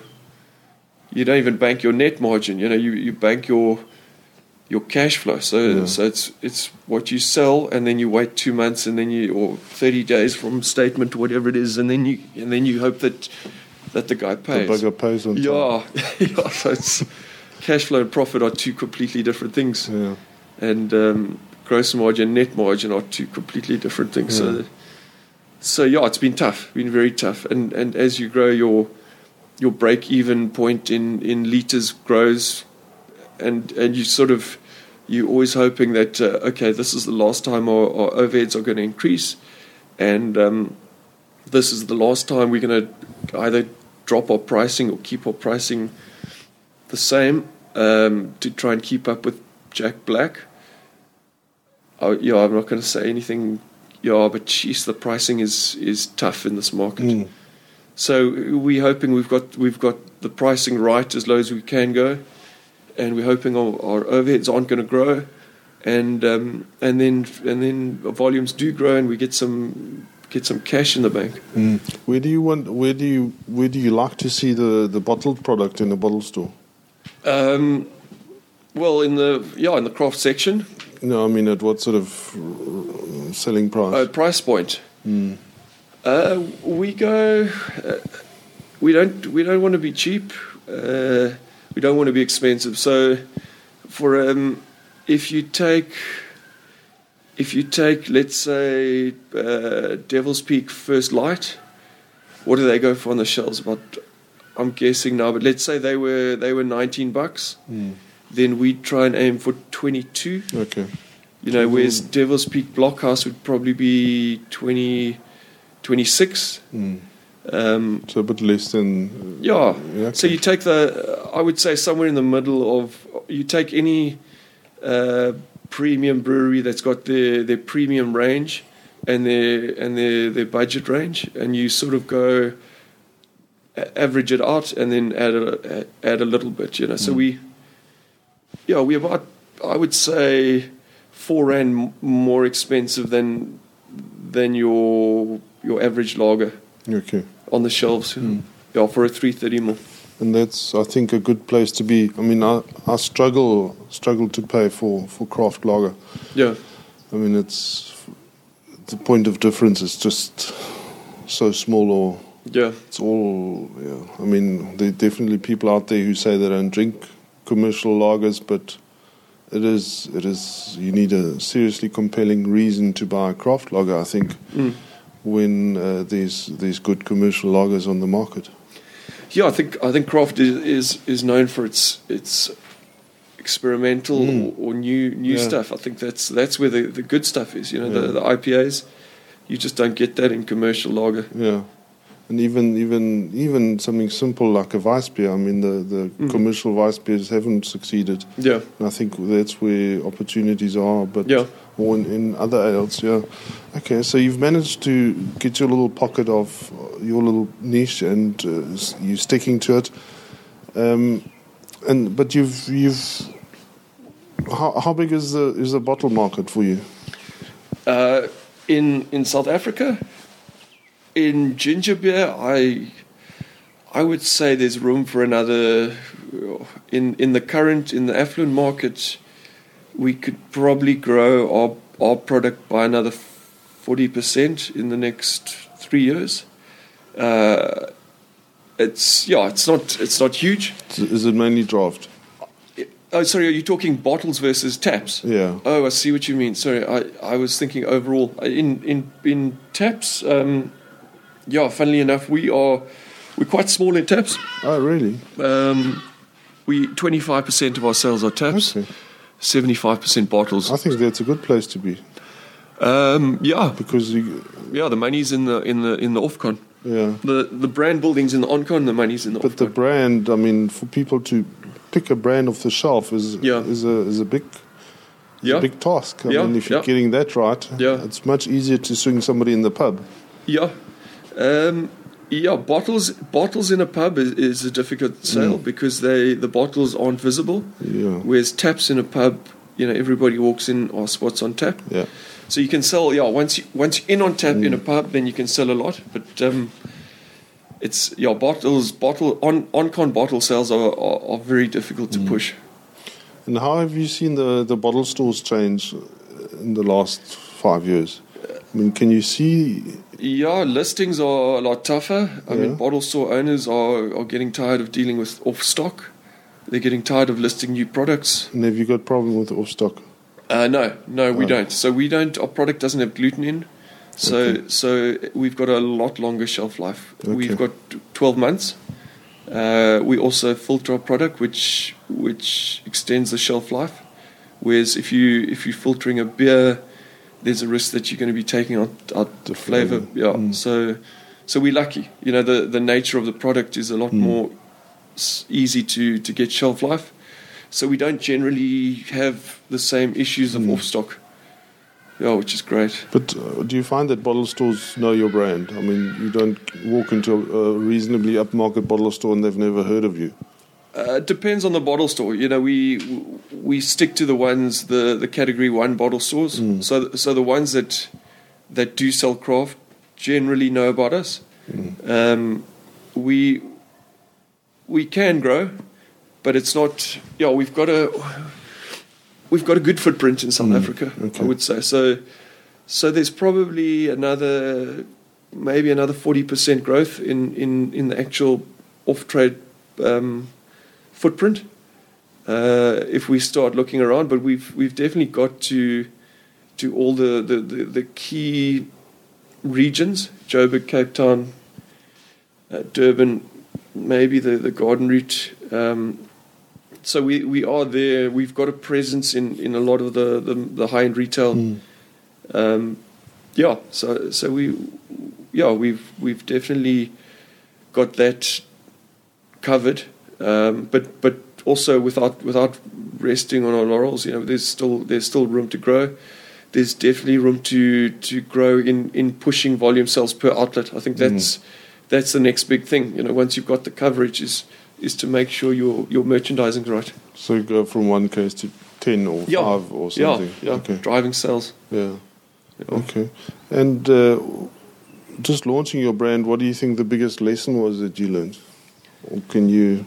You don't even bank your net margin. You know, you, you bank your your cash flow. So Yeah. so it's it's what you sell, and then you wait two months, and then you or thirty days from statement, whatever it is, and then you and then you hope that that the guy the pays. bugger pays on time. yeah, yeah. So it's cash flow and profit are two completely different things, Yeah. and um, gross margin, net margin are two completely different things. Yeah. So so yeah, it's been tough, been very tough, and and as you grow your your break even point in in liters grows, and and you sort of you're always hoping that uh, okay, this is the last time our, our overheads are going to increase, and um, this is the last time we're going to either drop our pricing or keep our pricing the same um, to try and keep up with Jack Black. Oh, yeah, I'm not going to say anything. Yeah, but jeez, the pricing is is tough in this market. Mm. So we're hoping we've got we've got the pricing right as low as we can go, and we're hoping our, our overheads aren't going to grow, and um, and then and then our volumes do grow and we get some get some cash in the bank. Mm. Where do you want? Where do you? Where do you like to see the, the bottled product in the bottle store? Um, well, in the yeah in the craft section, No, I mean at what sort of uh, selling price? uh, price point. Mm. Uh, we go. Uh, we don't. We don't want to be cheap. Uh, we don't want to be expensive. So, for um, if you take, if you take, let's say, uh, Devil's Peak First Light, what do they go for on the shelves? About, I'm guessing now, but let's say they were they were 19 bucks. Mm. Then we'd try and aim for 22. Okay. You know, whereas Devil's Peak Blockhouse would probably be 20, 26. Mm. Um, So a bit less than. yeah. Yeah, So okay. you take the, I would say somewhere in the middle of, you take any uh, premium brewery that's got their, their premium range and their and their, their budget range, and you sort of go a- average it out and then add a, a- add a little bit, you know. So we, yeah, we about I would say four rand m- more expensive than than your your average lager uh, Okay. on the shelves. Yeah, for a three thirty mil. And that's I think a good place to be. I mean I, I struggle struggle to pay for for craft lager. Yeah, I mean it's the point of difference is just so small or yeah, It's all, yeah. I mean, there are definitely people out there who say they don't drink commercial lagers, but it is, it is. You need a seriously compelling reason to buy a craft lager, I think, Mm. when uh, there's there's good commercial lagers on the market. yeah. I think I think craft is is, is known for its its experimental Mm. or, or new new Yeah. stuff. I think that's that's where the, the good stuff is. You know, Yeah. the, the IPAs. You just don't get that in commercial lager. Yeah, and even even even something simple like a vice beer. I mean, the the Mm. commercial vice beers haven't succeeded, Yeah, and I think that's where opportunities are. But yeah, or in, in other ales. Yeah. Okay, so you've managed to get your little pocket of uh, your little niche, and uh, s- you're sticking to it. Um, and but you've you've how, how big is the is the bottle market for you? Uh, in in South Africa, in ginger beer, I I would say there's room for another. In in the current in the affluent market, we could probably grow our our product by another 40% in the next three years. Uh, it's yeah, it's not it's not huge. Is it mainly draft? Oh, sorry, are you talking bottles versus taps? Yeah. Oh, I see what you mean. Sorry, I, I was thinking overall in in in taps. Um, yeah, funnily enough, we are we're quite small in taps. Oh, really? Um, we twenty five percent of our sales are taps, Okay. seventy five percent bottles. I think that's a good place to be Um, yeah, because you, yeah, the money's in the in the in the offcon. yeah. The the brand building's in the oncon. The money's in the But the offcon. brand, I mean, for people to pick a brand off the shelf is Yeah. is a is a big it's yeah, a big task. I Yeah, mean, if you're yeah. getting that right, Yeah. it's much easier to swing somebody in the pub. Yeah, um, yeah. Bottles bottles in a pub is, is a difficult sale because they the bottles aren't visible. Mm. Yeah, Whereas taps in a pub, you know, everybody walks in or spots on tap. yeah. Mm. So you can sell. Yeah, once you, once you're in on tap in a pub, then you can sell a lot. But um, it's yeah, bottles bottle on on con bottle sales are, are, are very difficult Mm. to push. And how have you seen the the bottle stores change in the last five years? I mean, can you see? Yeah, listings are a lot tougher. I Yeah. mean, bottle store owners are, are getting tired of dealing with off stock. They're getting tired of listing new products. And have you got problem with off stock? Uh, no, no, we Oh. don't. So we don't. Our product doesn't have gluten in. So Okay. so we've got a lot longer shelf life. We've Okay. got twelve months. Uh, we also filter our product, which which extends the shelf life. Whereas if you if you're filtering a beer, there's a risk that you're going to be taking out, out The the flavor. flavour. Yeah. Mm. So so we're lucky. You know the the nature of the product is a lot Mm. more s- easy to to get shelf life. So we don't generally have the same issues of Mm. off stock. Yeah, which is great. But uh, do you find that bottle stores know your brand? I mean, you don't walk into a reasonably upmarket bottle store and they've never heard of you. Uh, it depends on the bottle store. You know, we we stick to the ones the the category one bottle stores. Mm. So so the ones that that do sell craft generally know about us. Um, we we can grow, but it's not. Yeah, we've got a we've got a good footprint in South Africa. okay. I would say so. So there's probably another maybe another forty percent growth in in in the actual off trade um, footprint uh, if we start looking around. But we've we've definitely got to to all the the, the, the key regions: Joburg, Cape Town, uh, Durban, maybe the the Garden Route. Um, so we, we are there. We've got a presence in, in a lot of the, the, the high end retail. Hmm. Um, yeah, so so we yeah we've we've definitely got that covered, um, but but also without without resting on our laurels. You know, there's still there's still room to grow. There's definitely room to to grow in in pushing volume sales per outlet. I think that's that's the next big thing. You know, once you've got the coverage, is is to make sure your your merchandising's right. So you go from one case to ten or Yeah. five or something. Yeah, yeah, Okay. driving sales. Yeah. you know. Okay. And uh, just launching your brand, what do you think the biggest lesson was that you learned? Or can you?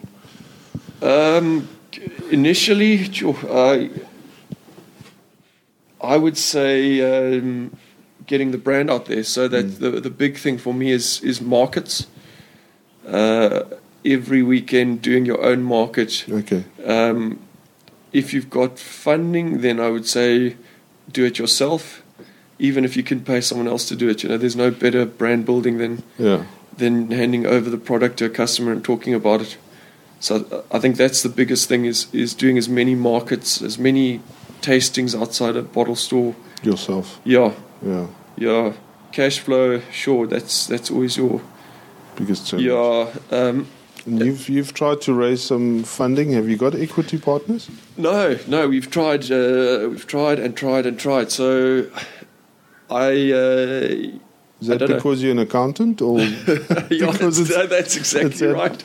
Um, initially, phew, I I would say um, getting the brand out there. So that the the big thing for me is is markets. Uh, every weekend, doing your own market. Okay. Um, if you've got funding, then I would say do it yourself. Even if you can pay someone else to do it, you know, there's no better brand building than Yeah. than handing over the product to a customer and talking about it. So uh, I think that's the biggest thing is is doing as many markets, as many tastings outside a bottle store. Yourself. Yeah, Yeah. yeah. Cash flow, sure. That's that's always your Biggest challenge. yeah. Um, And you've you've tried to raise some funding. Have you got equity partners? no, no. We've tried, uh, we've tried and tried and tried. So I. Uh, Is I that don't know. because you're an accountant or? yeah, Because that's, it's- that- that's exactly it's uh, a- right.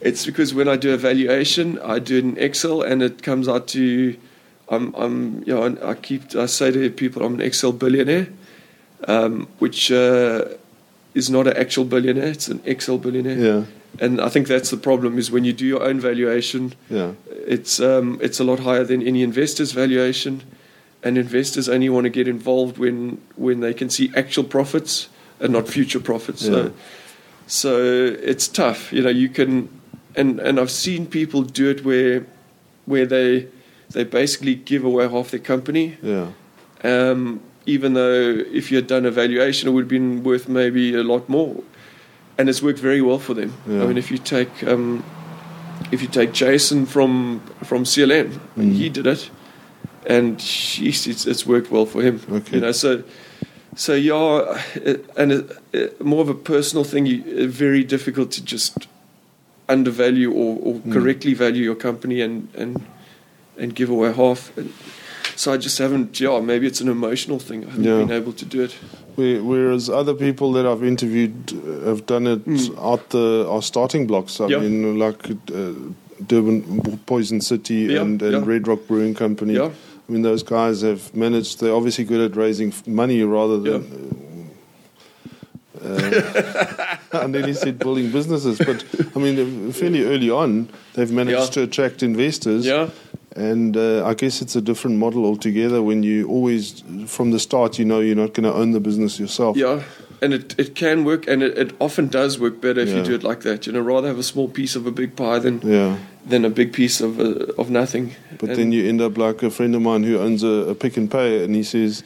It's because when I do a valuation, I do it in Excel, and it comes out to, I'm, I'm, you know, and I keep, I say to people, I'm an Excel billionaire, um, which uh, is not an actual billionaire. It's an Excel billionaire, yeah. and I think that's the problem. Is when you do your own valuation, Yeah. it's um, it's a lot higher than any investor's valuation. and investors only want to get involved when when they can see actual profits and not future profits. Yeah. So, so it's tough. You know, you can, and and I've seen people do it where where they they basically give away half their company Yeah. um, even though if you had done a valuation, it would have been worth maybe a lot more. And it's worked very well for them. Yeah. I mean, if you take um, if you take Jason from from CLM, and Mm. he did it, and sheesh, it's, it's worked well for him. Okay. You know, so so yeah, it- and it, it, more of a personal thing. You, it's very difficult to just undervalue or, or Mm. correctly value your company and and and give away half. And so I just haven't. Yeah, maybe it's an emotional thing. I haven't Yeah. been able to do it. Whe- Whereas other people that I've interviewed uh, have done it Mm. out the our starting blocks. I Yeah. mean, like uh, Durban Poison City Yeah, and, and yeah. Red Rock Brewing Company. Yeah. I mean, those guys have managed. They're obviously good at raising f- money rather than. Uh, I nearly said building businesses, but I mean, fairly early on, they've managed Yeah. to attract investors. Yeah, And uh, I guess it's a different model altogether when you always, from the start, you know you're not going to own the business yourself. yeah. And it, it can work, and it, it often does work better if Yeah. you do it like that. You know, rather have a small piece of a big pie than Yeah. than a big piece of uh, of nothing. But And- then you end up like a friend of mine who owns a, a pick and pay, and he says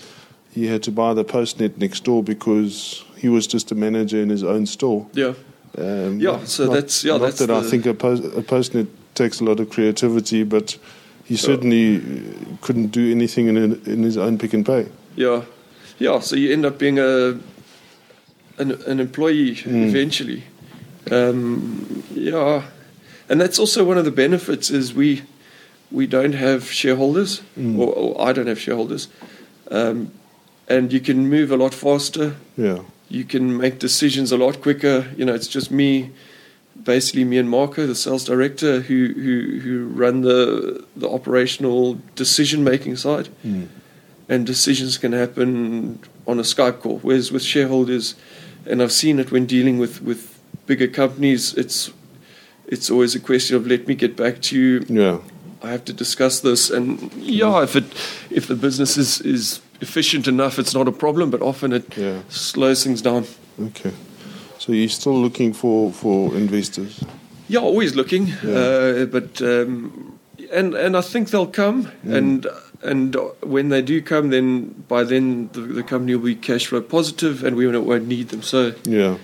he had to buy the postnet next door because he was just a manager in his own store. yeah, Um, Yeah, so that's- yeah, Not that's that I the- think a, post, a postnet takes a lot of creativity, but he certainly uh, couldn't do anything in, in his own pick and pay. yeah, yeah. So you end up being a an an employee eventually. Um, yeah, and that's also one of the benefits is we we don't have shareholders, or, or I don't have shareholders, um, and you can move a lot faster. Yeah, you can make decisions a lot quicker. You know, it's just me, basically me and Marco, the sales director, who who, who run the the operational decision making side, and decisions can happen on a Skype call. Whereas with shareholders, and I've seen it when dealing with with bigger companies, it's it's always a question of let me get back to you. yeah, I have to discuss this, and yeah, if it if the business is is efficient enough, it's not a problem. But often it Yeah. slows things down. okay. So you're still looking for, for investors? Yeah, always looking, Yeah. uh, but um, and and I think they'll come, Mm. and and when they do come, then by then the, the company will be cash flow positive, and we won't, won't need them. So Yeah.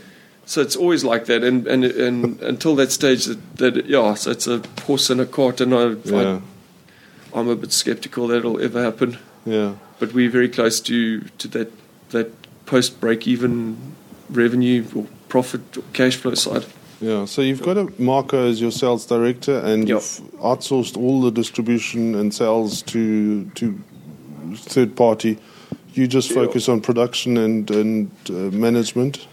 so it's always like that, and and, and until that stage, that, that yeah, so it's a horse and a cart, and I, Yeah, I I'm a bit skeptical that'll ever happen, yeah, but we're very close to to that that post break even revenue or profit or cash flow side. yeah. So you've got a Marco as your sales director, and Yep. you've outsourced all the distribution and sales to to third party. You just Yeah. focus on production and and uh, management.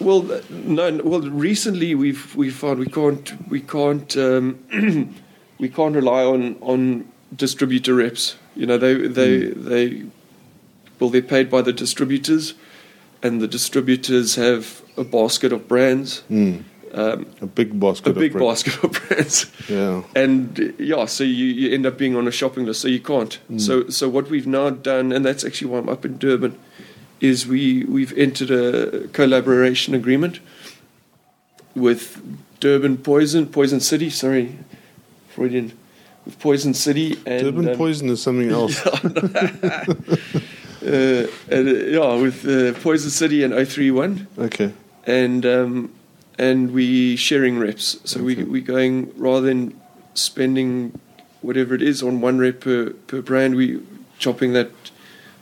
Well, uh, no. n- Well, recently we've we found we can't we can't um, we can't rely on on distributor reps. You know, they they Hmm. they well they're paid by the distributors, and the distributors have a basket of brands, Mm. um, A big a basket. of big bread. basket of brands, Yeah, and uh, yeah, so you, you end up being on a shopping list. So you can't. Mm. So so what we've now done, and that's actually why I'm up in Durban, is we we've entered a collaboration agreement with Durban Poison, Poison City, sorry, Freudian, with Poison City and Durban um, poison is something else. uh, and, uh, yeah, with uh, Poison City and 031, Okay. and um, and we sharing reps. So we Okay. we going rather than spending whatever it is on one rep per, per brand, we chopping that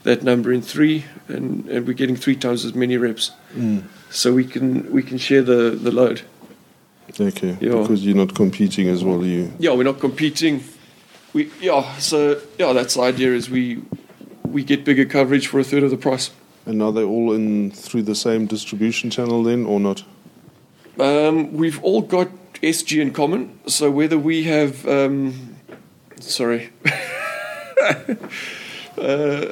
that number in three, and, and we're getting three times as many reps. Mm. So we can we can share the, the load. Okay. Yeah. Because you're not competing as well. You. yeah, we're not competing. We yeah, so yeah, that's the idea is we we get bigger coverage for a third of the price. And are they all in through the same distribution channel then, or not? Um, we've all got SG in common, so whether we have um, sorry. uh,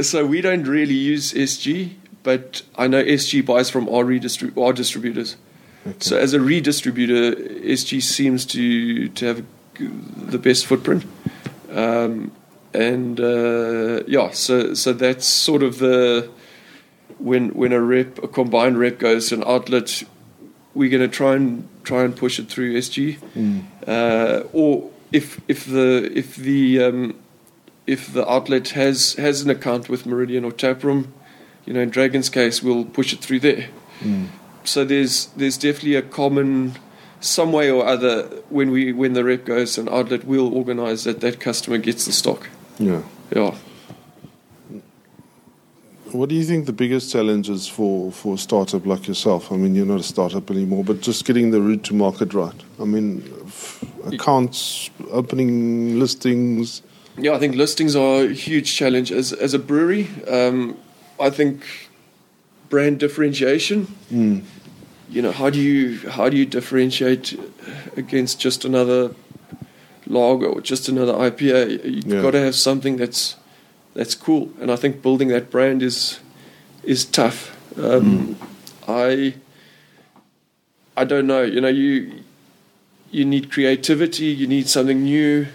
so we don't really use SG, but I know SG buys from our, redistrib- our distributors. Okay. So as a redistributor, SG seems to to have the best footprint, um, and uh, yeah, so so that's sort of the when when a rep a combined rep goes to an outlet, we're going to try and try and push it through SG, uh, or if if the if the um, if the outlet has has an account with Meridian or Taproom, you know, in Dragon's case, we'll push it through there. So there's there's definitely a common some way or other when we when the rep goes to an outlet, we'll organise that that customer gets the stock. Yeah. Yeah. What do you think the biggest challenge is for, for a startup like yourself? I mean, you're not a startup anymore, but just getting the route to market right. I mean, f- accounts, opening listings. Yeah, I think listings are a huge challenge as as a brewery. Um, I think brand differentiation. You know, how do you how do you differentiate against just another lager or just another IPA? You've Yeah. got to have something that's that's cool, and I think building that brand is is tough. Um, I I don't know. You know, you you need creativity. You need something new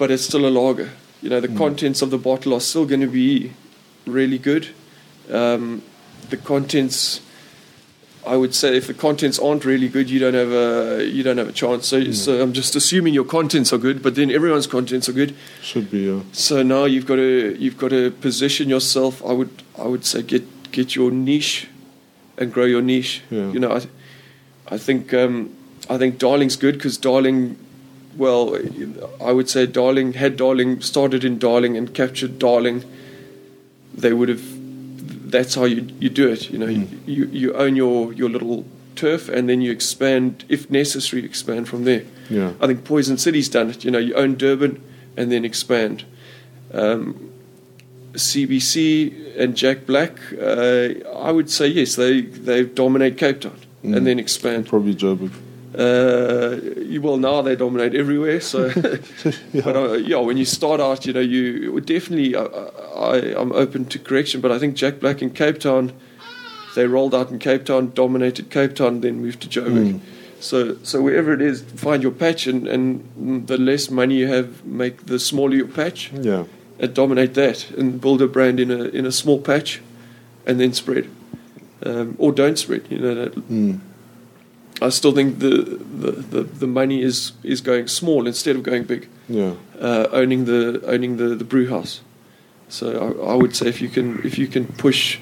but it's still a lager. You know, the contents of the bottle are still going to be really good. Um, the contents, I would say, if the contents aren't really good, you don't have a you don't have a chance. So, so I'm just assuming your contents are good, but then everyone's contents are good. Should be, uh, So now you've got to you've got to position yourself. I would I would say get get your niche, and grow your niche. Yeah. You know, I, I think um, I think Darling's good because Darling, well, I would say Darling had Darling started in Darling and captured Darling. They would have. That's how you you do it. You know, you, you own your your little turf and then you expand if necessary. Expand from there. yeah. I think Poison City's done it. You know, you own Durban and then expand. Um, CBC and Jack Black, uh, I would say yes, they they dominate Cape Town Mm. and then expand. Probably Joburg. Uh, you- well, now they dominate everywhere. So, Yeah. but uh, yeah, when you start out, you know, you would definitely. I, I, I'm open to correction, but I think Jack Black in Cape Town, they rolled out in Cape Town, dominated Cape Town, then moved to Joburg. So, so wherever it is, find your patch, and, and the less money you have, make the smaller your patch, Yeah. and dominate that, and build a brand in a in a small patch, and then spread, um, or don't spread. You know, that, Mm. I still think the, the, the, the money is, is going small instead of going big, Yeah. uh, owning the owning the, the brew house. So I, I would say if you can if you can push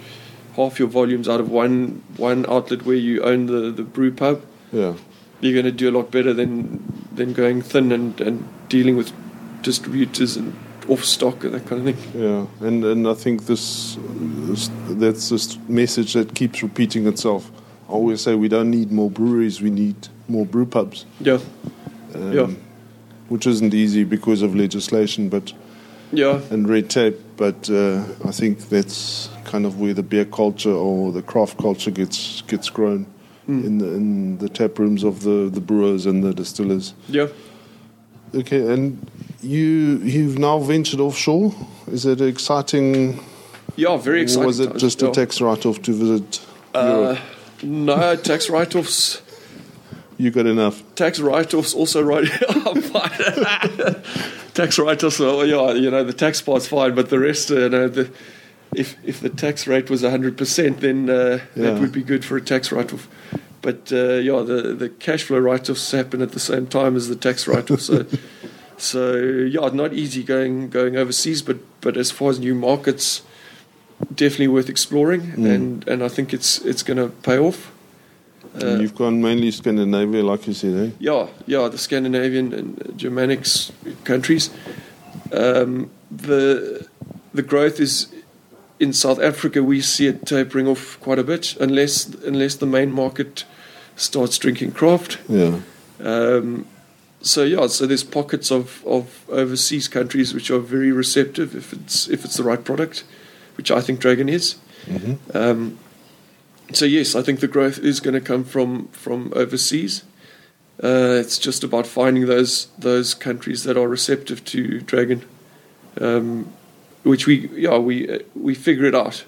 half your volumes out of one one outlet where you own the, the brew pub, Yeah. you're going to do a lot better than than going thin and, and dealing with distributors and off stock and that kind of thing. Yeah. And, and I think this, this that's this message that keeps repeating itself. I always say we don't need more breweries, we need more brew pubs. Yeah, Um, Yeah. Which isn't easy because of legislation, but yeah, and red tape, but uh, I think that's kind of where the beer culture or the craft culture gets gets grown in the in the tap rooms of the, the brewers and the distillers. yeah. Okay, and you you've now ventured offshore. Is it exciting? Yeah, very or exciting. was it times. just a Yeah. tax write off to visit Uh, Europe? no, tax write offs. You got enough. tax write-offs also right tax write-offs well, yeah you know the tax part's fine but the rest uh, you know the if if the tax rate was 100% then uh, Yeah. that would be good for a tax write-off but uh, yeah the the cash flow write-offs happen at the same time as the tax write-off so so yeah not easy going going overseas but but as far as new markets definitely worth exploring and and I think it's it's going to pay off Uh, you've gone mainly Scandinavia, like you said, eh? yeah, yeah, the Scandinavian and Germanic s- countries. Um, the the growth is in South Africa. We see it tapering off quite a bit, unless unless the main market starts drinking craft. Yeah. Um, so yeah, so there's pockets of, of overseas countries which are very receptive if it's if it's the right product, which I think Dragon is. Um, so yes, I think the growth is going to come from from overseas. Uh, it's just about finding those those countries that are receptive to Dragon, um, which we yeah we uh, we figure it out.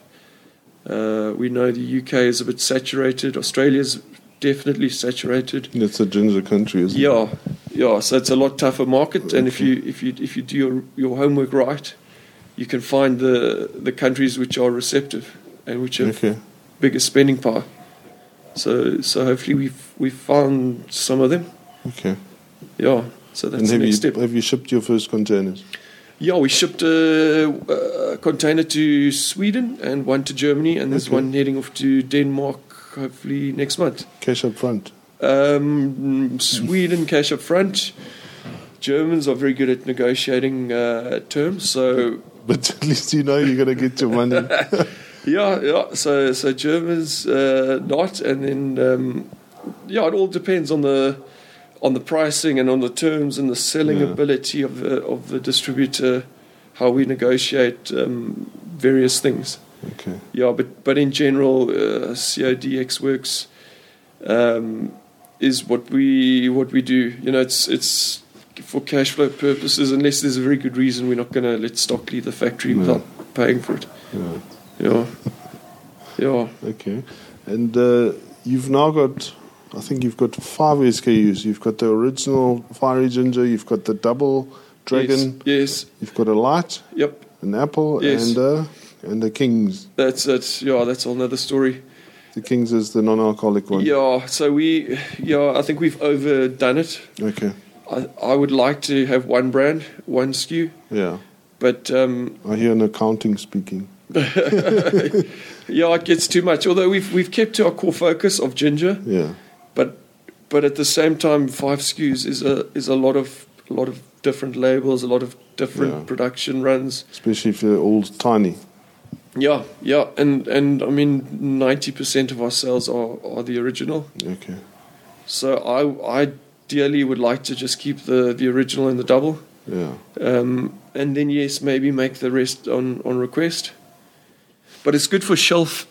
Uh, we know the UK is a bit saturated. Australia's definitely saturated. It's a ginger country, isn't it? Yeah, yeah, so it's a lot tougher market. And if you if you if you do your your homework right, you can find the the countries which are receptive and which have Okay. bigger spending power. So so hopefully we've we've found some of them. Okay. Yeah. So and that's the have next you step. have you shipped your first containers? Yeah, we shipped a, a container to Sweden and one to Germany, and there's Okay. one heading off to Denmark hopefully next month. Cash up front. Um, Sweden cash up front. Germans are very good at negotiating uh, terms, so But at least you know you're going to get your money. yeah, yeah. So so Germans uh, not, and then um, yeah, it all depends on the on the pricing and on the terms and the selling Yeah. ability of the of the distributor, how we negotiate um, various things. Okay. Yeah, but but in general, uh, CODX works um, is what we what we do. You know, it's it's for cash flow purposes. Unless there's a very good reason, we're not going to let stock leave the factory No. without paying for it. Yeah. Yeah, yeah, Okay. And uh, you've now got, I think you've got five SKUs. You've got the original fiery ginger. You've got the double dragon. Yes, yes. You've got a light, yep. an apple, Yes. and uh, and the kings. That's it. Yeah, that's another story. The kings is the non-alcoholic one. Yeah. So we, yeah, I think we've overdone it. Okay. I, I would like to have one brand, one SKU, Yeah. but um, I hear an accounting speaking. Yeah, it gets too much. Although we've we've kept to our core focus of ginger, Yeah. but but at the same time, five SKUs is a is a lot of a lot of different labels, a lot of different Yeah. production runs. Especially if they're all tiny. Yeah, yeah, and and I mean ninety percent of our sales are are the original. Okay. So I I ideally would like to just keep the the original and the double, Yeah. um, and then yes, maybe make the rest on on request. But it's good for shelf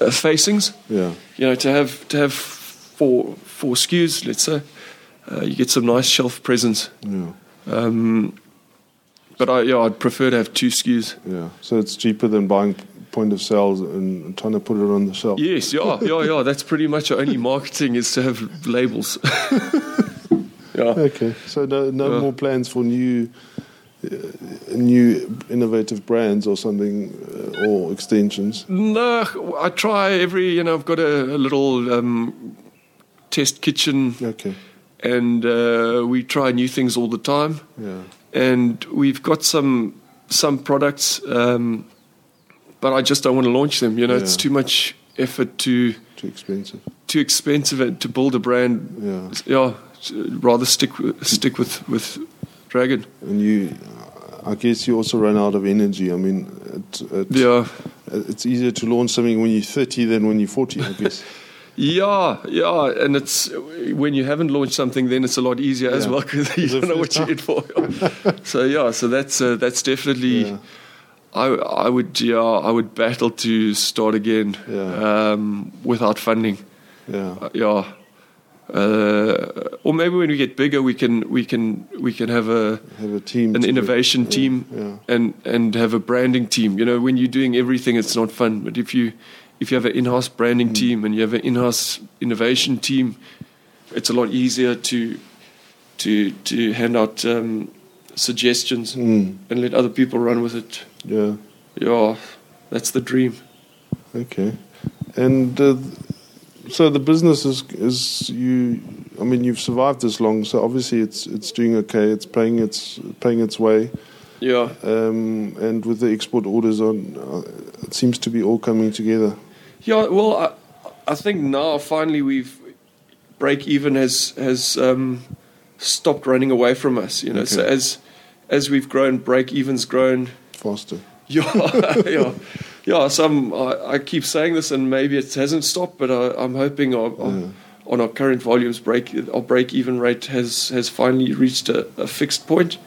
uh, facings. Yeah. you know, to have to have four four SKUs, let's say, uh, you get some nice shelf presence. Yeah. Um, but I, yeah, I'd prefer to have two SKUs. Yeah. So it's cheaper than buying point of sales and trying to put it on the shelf. Yes, yeah, yeah, yeah. That's pretty much our only marketing is to have labels. yeah. Okay, so no, no Yeah. more plans for new, uh, new innovative brands or something, uh, or extensions. No, I try every. You know, I've got a, a little um, test kitchen, Okay, and uh, we try new things all the time. yeah, and we've got some some products, um, but I just don't want to launch them. You know, it's Yeah. too much effort to too expensive. too expensive and to build a brand. Yeah, Yeah, s- rather stick with- stick with with Dragon. and you, I guess you also run out of energy. I mean, it, it, Yeah, it's easier to launch something when you're 30 than when you're 40. I guess. yeah, yeah, and it's when you haven't launched something, then it's a lot easier as Yeah. well because you don't know what you're in for. so yeah, so that's uh, that's definitely. Yeah. I, I would yeah I would battle to start again Yeah. um, without funding. yeah, Uh, yeah. Uh, or maybe when we get bigger, we can we can we can have a have a team, an to- innovation yeah, team Yeah, and and have a branding team. You know, when you're doing everything, it's not fun. But if you if you have an in-house branding Hmm. team and you have an in-house innovation team, it's a lot easier to to to hand out um, suggestions Mm, and let other people run with it. yeah. Yeah, that's the dream. Okay, and uh, so the business is is you. I mean, you've survived this long, so obviously it's it's doing okay. It's paying its paying its way, Yeah. um, and with the export orders on, uh, it seems to be all coming together. Yeah, well, I, I think now finally we've break even has has um, stopped running away from us. You know, so Okay. as as we've grown, break even's grown. Faster. Yeah, yeah, yeah. Some I, I keep saying this, and maybe it hasn't stopped, but I, I'm hoping our, our- Yeah. on our current volumes, break our break even rate has has finally reached a, a fixed point,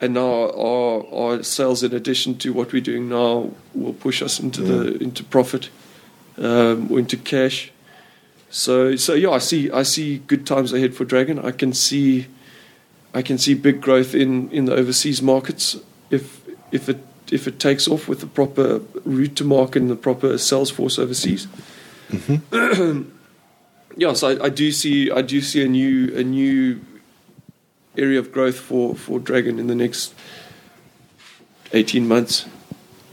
and now our our sales, in addition to what we're doing now, will push us into the into profit, um, or into cash. So so yeah, I see I see good times ahead for Dragon. I can see. I can see big growth in, in the overseas markets if if it if it takes off with the proper route to market and the proper sales force overseas. yeah, so I, I do see I do see a new a new area of growth for, for Dragon in the next 18 months.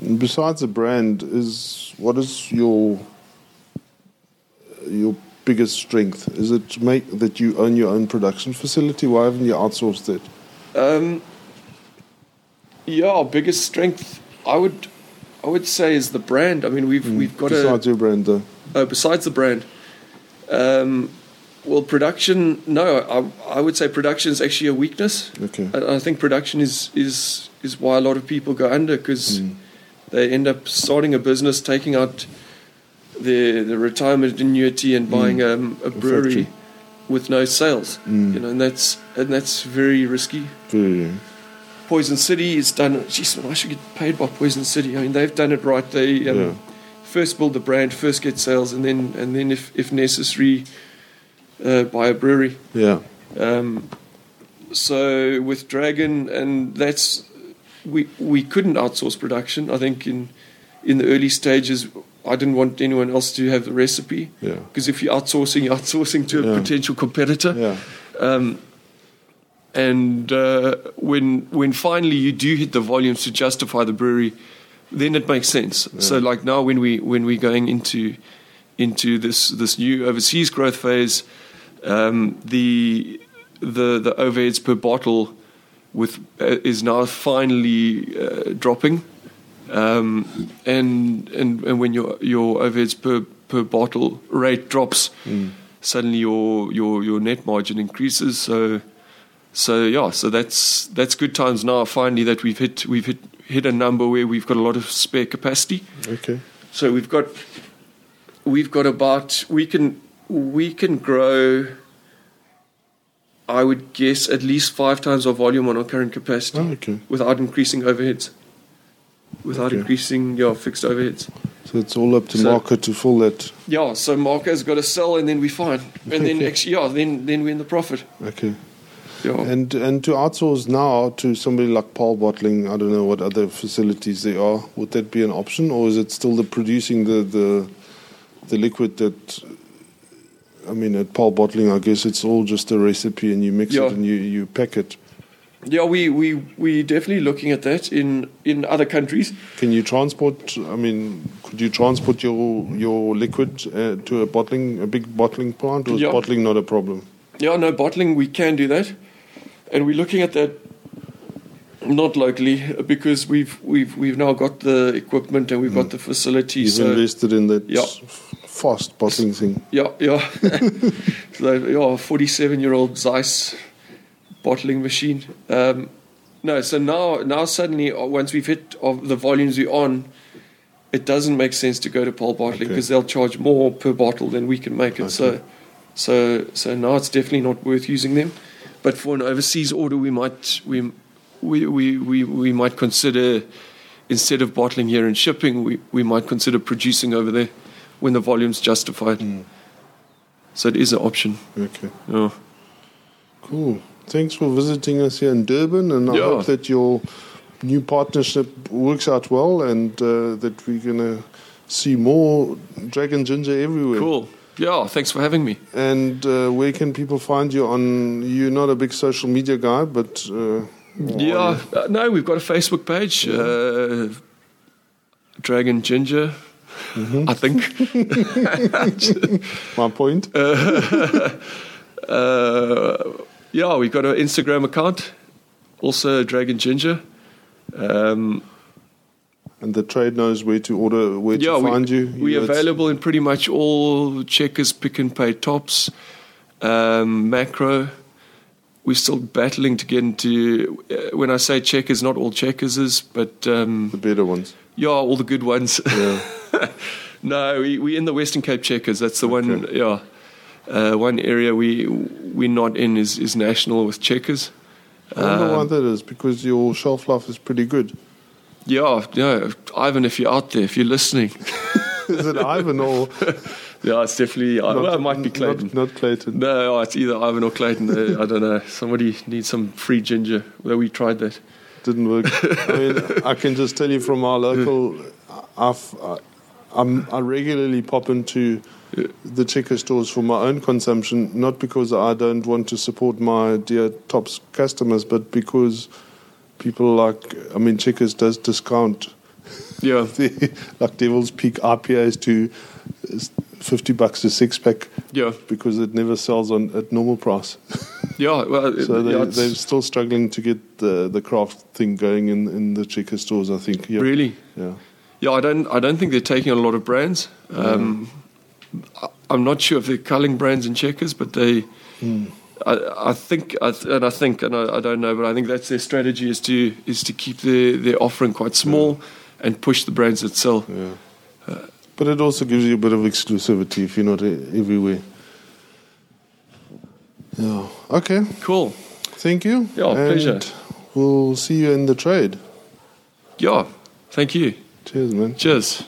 And besides the brand, is what is your uh, your biggest strength? Is it make that you own your own production facility? Why haven't you outsourced it? Um, yeah, our biggest strength, I would, I would say, is the brand. I mean, we've we've got besides a your brand, though. oh, besides the brand. Um, well, production. No, I, I would say production is actually a weakness. Okay. I, I think production is is is why a lot of people go under because Hmm. they end up starting a business, taking out the the retirement annuity, and buying um, a brewery Hmm. factory. with no sales. Mm. You know, and that's and that's very risky. Very. Poison City has done. Jeez, man, I should get paid by Poison City. I mean, they've done it right. They um, Yeah. first build the brand, first get sales, and then and then if if necessary, uh, buy a brewery. Yeah. Um, so with Dragon, and that's we we couldn't outsource production. I think in in the early stages, I didn't want anyone else to have the recipe Yeah. because if you're outsourcing, you're outsourcing to a Yeah. potential competitor. Yeah. Um, and uh, when when finally you do hit the volumes to justify the brewery, then it makes sense. So like now when we when we're going into into this this new overseas growth phase, um, the the the overheads per bottle with uh, is now finally uh, dropping, um, and and and when your your overheads per per bottle rate drops, suddenly your your your net margin increases. So so yeah, so that's that's good times now. Finally, that we've hit we've hit hit a number where we've got a lot of spare capacity. Okay. So we've got we've got about we can we can grow. I would guess at least five times our volume on our current capacity Oh, okay. without increasing overheads, without Okay. increasing your fixed overheads. So it's all up to So- market to fill that. Yeah, so Marco's got to sell, and then we fine, and then actually, yeah, then then we're in the profit. Okay. Yeah, And and to outsource now to somebody like Paul Bottling, I don't know what other facilities there are. Would that be an option, or is it still the producing the the, the liquid that? I mean, at Paul Bottling, I guess it's all just a recipe, and you mix Yeah. it and you you pack it. yeah, we we we definitely looking at that in in other countries. Can you transport? I mean, could you transport your your liquid uh, to a bottling a big bottling plant, or is Yeah. bottling not a problem? Yeah, no bottling, we can do that, and we're looking at that not locally because we've we've we've now got the equipment and we've got the facility. You've so invested in that uh, Yeah. f- fast bottling thing. yeah, yeah, so, yeah, forty-seven year old Zeiss bottling machine. Um, no, so now now suddenly uh, once we've hit of the volumes we're on. It doesn't make sense to go to pole bottling Okay. because they'll charge more per bottle than we can make it. So, Okay. so, so now it's definitely not worth using them. But for an overseas order, we might we we we we, we might consider instead of bottling here and shipping, we, we might consider producing over there when the volume's justified. Hmm. So it is an option. Okay. Yeah. Cool. Thanks for visiting us here in Durban, and I Yeah. hope that your new partnership works out well, and uh, that we're gonna see more Dragon Ginger everywhere. Cool. Yeah. Thanks for having me. And uh, where can people find you on? You're not a big social media guy, but uh, Yeah. Uh, no, we've got a Facebook page. Uh, Dragon Ginger. Mm-hmm. I think. my point. Uh, yeah, we've got an Instagram account, also Dragon Ginger. Um, and the trade knows where to order, where yeah, to find we, you. we You know, it's- available in pretty much all checkers, pick and pay tops, um, macro. We're still battling to get into. Uh, when I say checkers, not all checkers is, but The um, better ones. yeah, all the good ones. Yeah. no, we we in the Western Cape checkers. That's the one. Okay. Yeah, uh, one area we we're not in is is national with checkers. I wonder Um, why that is because your shelf life is pretty good. Yeah, yeah, Ivan, if you're out there, if you're listening, Is it Ivan or yeah, it's definitely. I well, it might be not- Clayton. Not, Clayton. No, oh, it's either Ivan or Clayton. Uh, I don't know. Somebody needs some free ginger. Well, we tried that. didn't work. I mean, I can just tell you from our local, I've, I, I'm, I regularly pop into the Checker stores for my own consumption, not because I don't want to support my dear Tops customers, but because people like, I mean, Checkers does discount Yeah. the, like Devil's Peak IPAs to uh, 50 bucks a six pack Yeah. because it never sells on at normal price. Yeah. Well, So they, yeah, it's- they're still struggling to get the, the craft thing going in, in the Checker stores, I think. Yeah. really. Yeah. Yeah, I don't. I don't think they're taking on a lot of brands. Um, I, I'm not sure if they're culling brands and checkers, but they. I, I think, I th- and I think, and I, I don't know, but I think that's their strategy is to is to keep their, their offering quite small, and push the brands that sell. Yeah. But it also gives you a bit of exclusivity if you're not e- everywhere. Yeah. Okay. Cool. Thank you. Yeah, pleasure. We'll see you in the trade. Yeah. Thank you. Cheers, man. Cheers.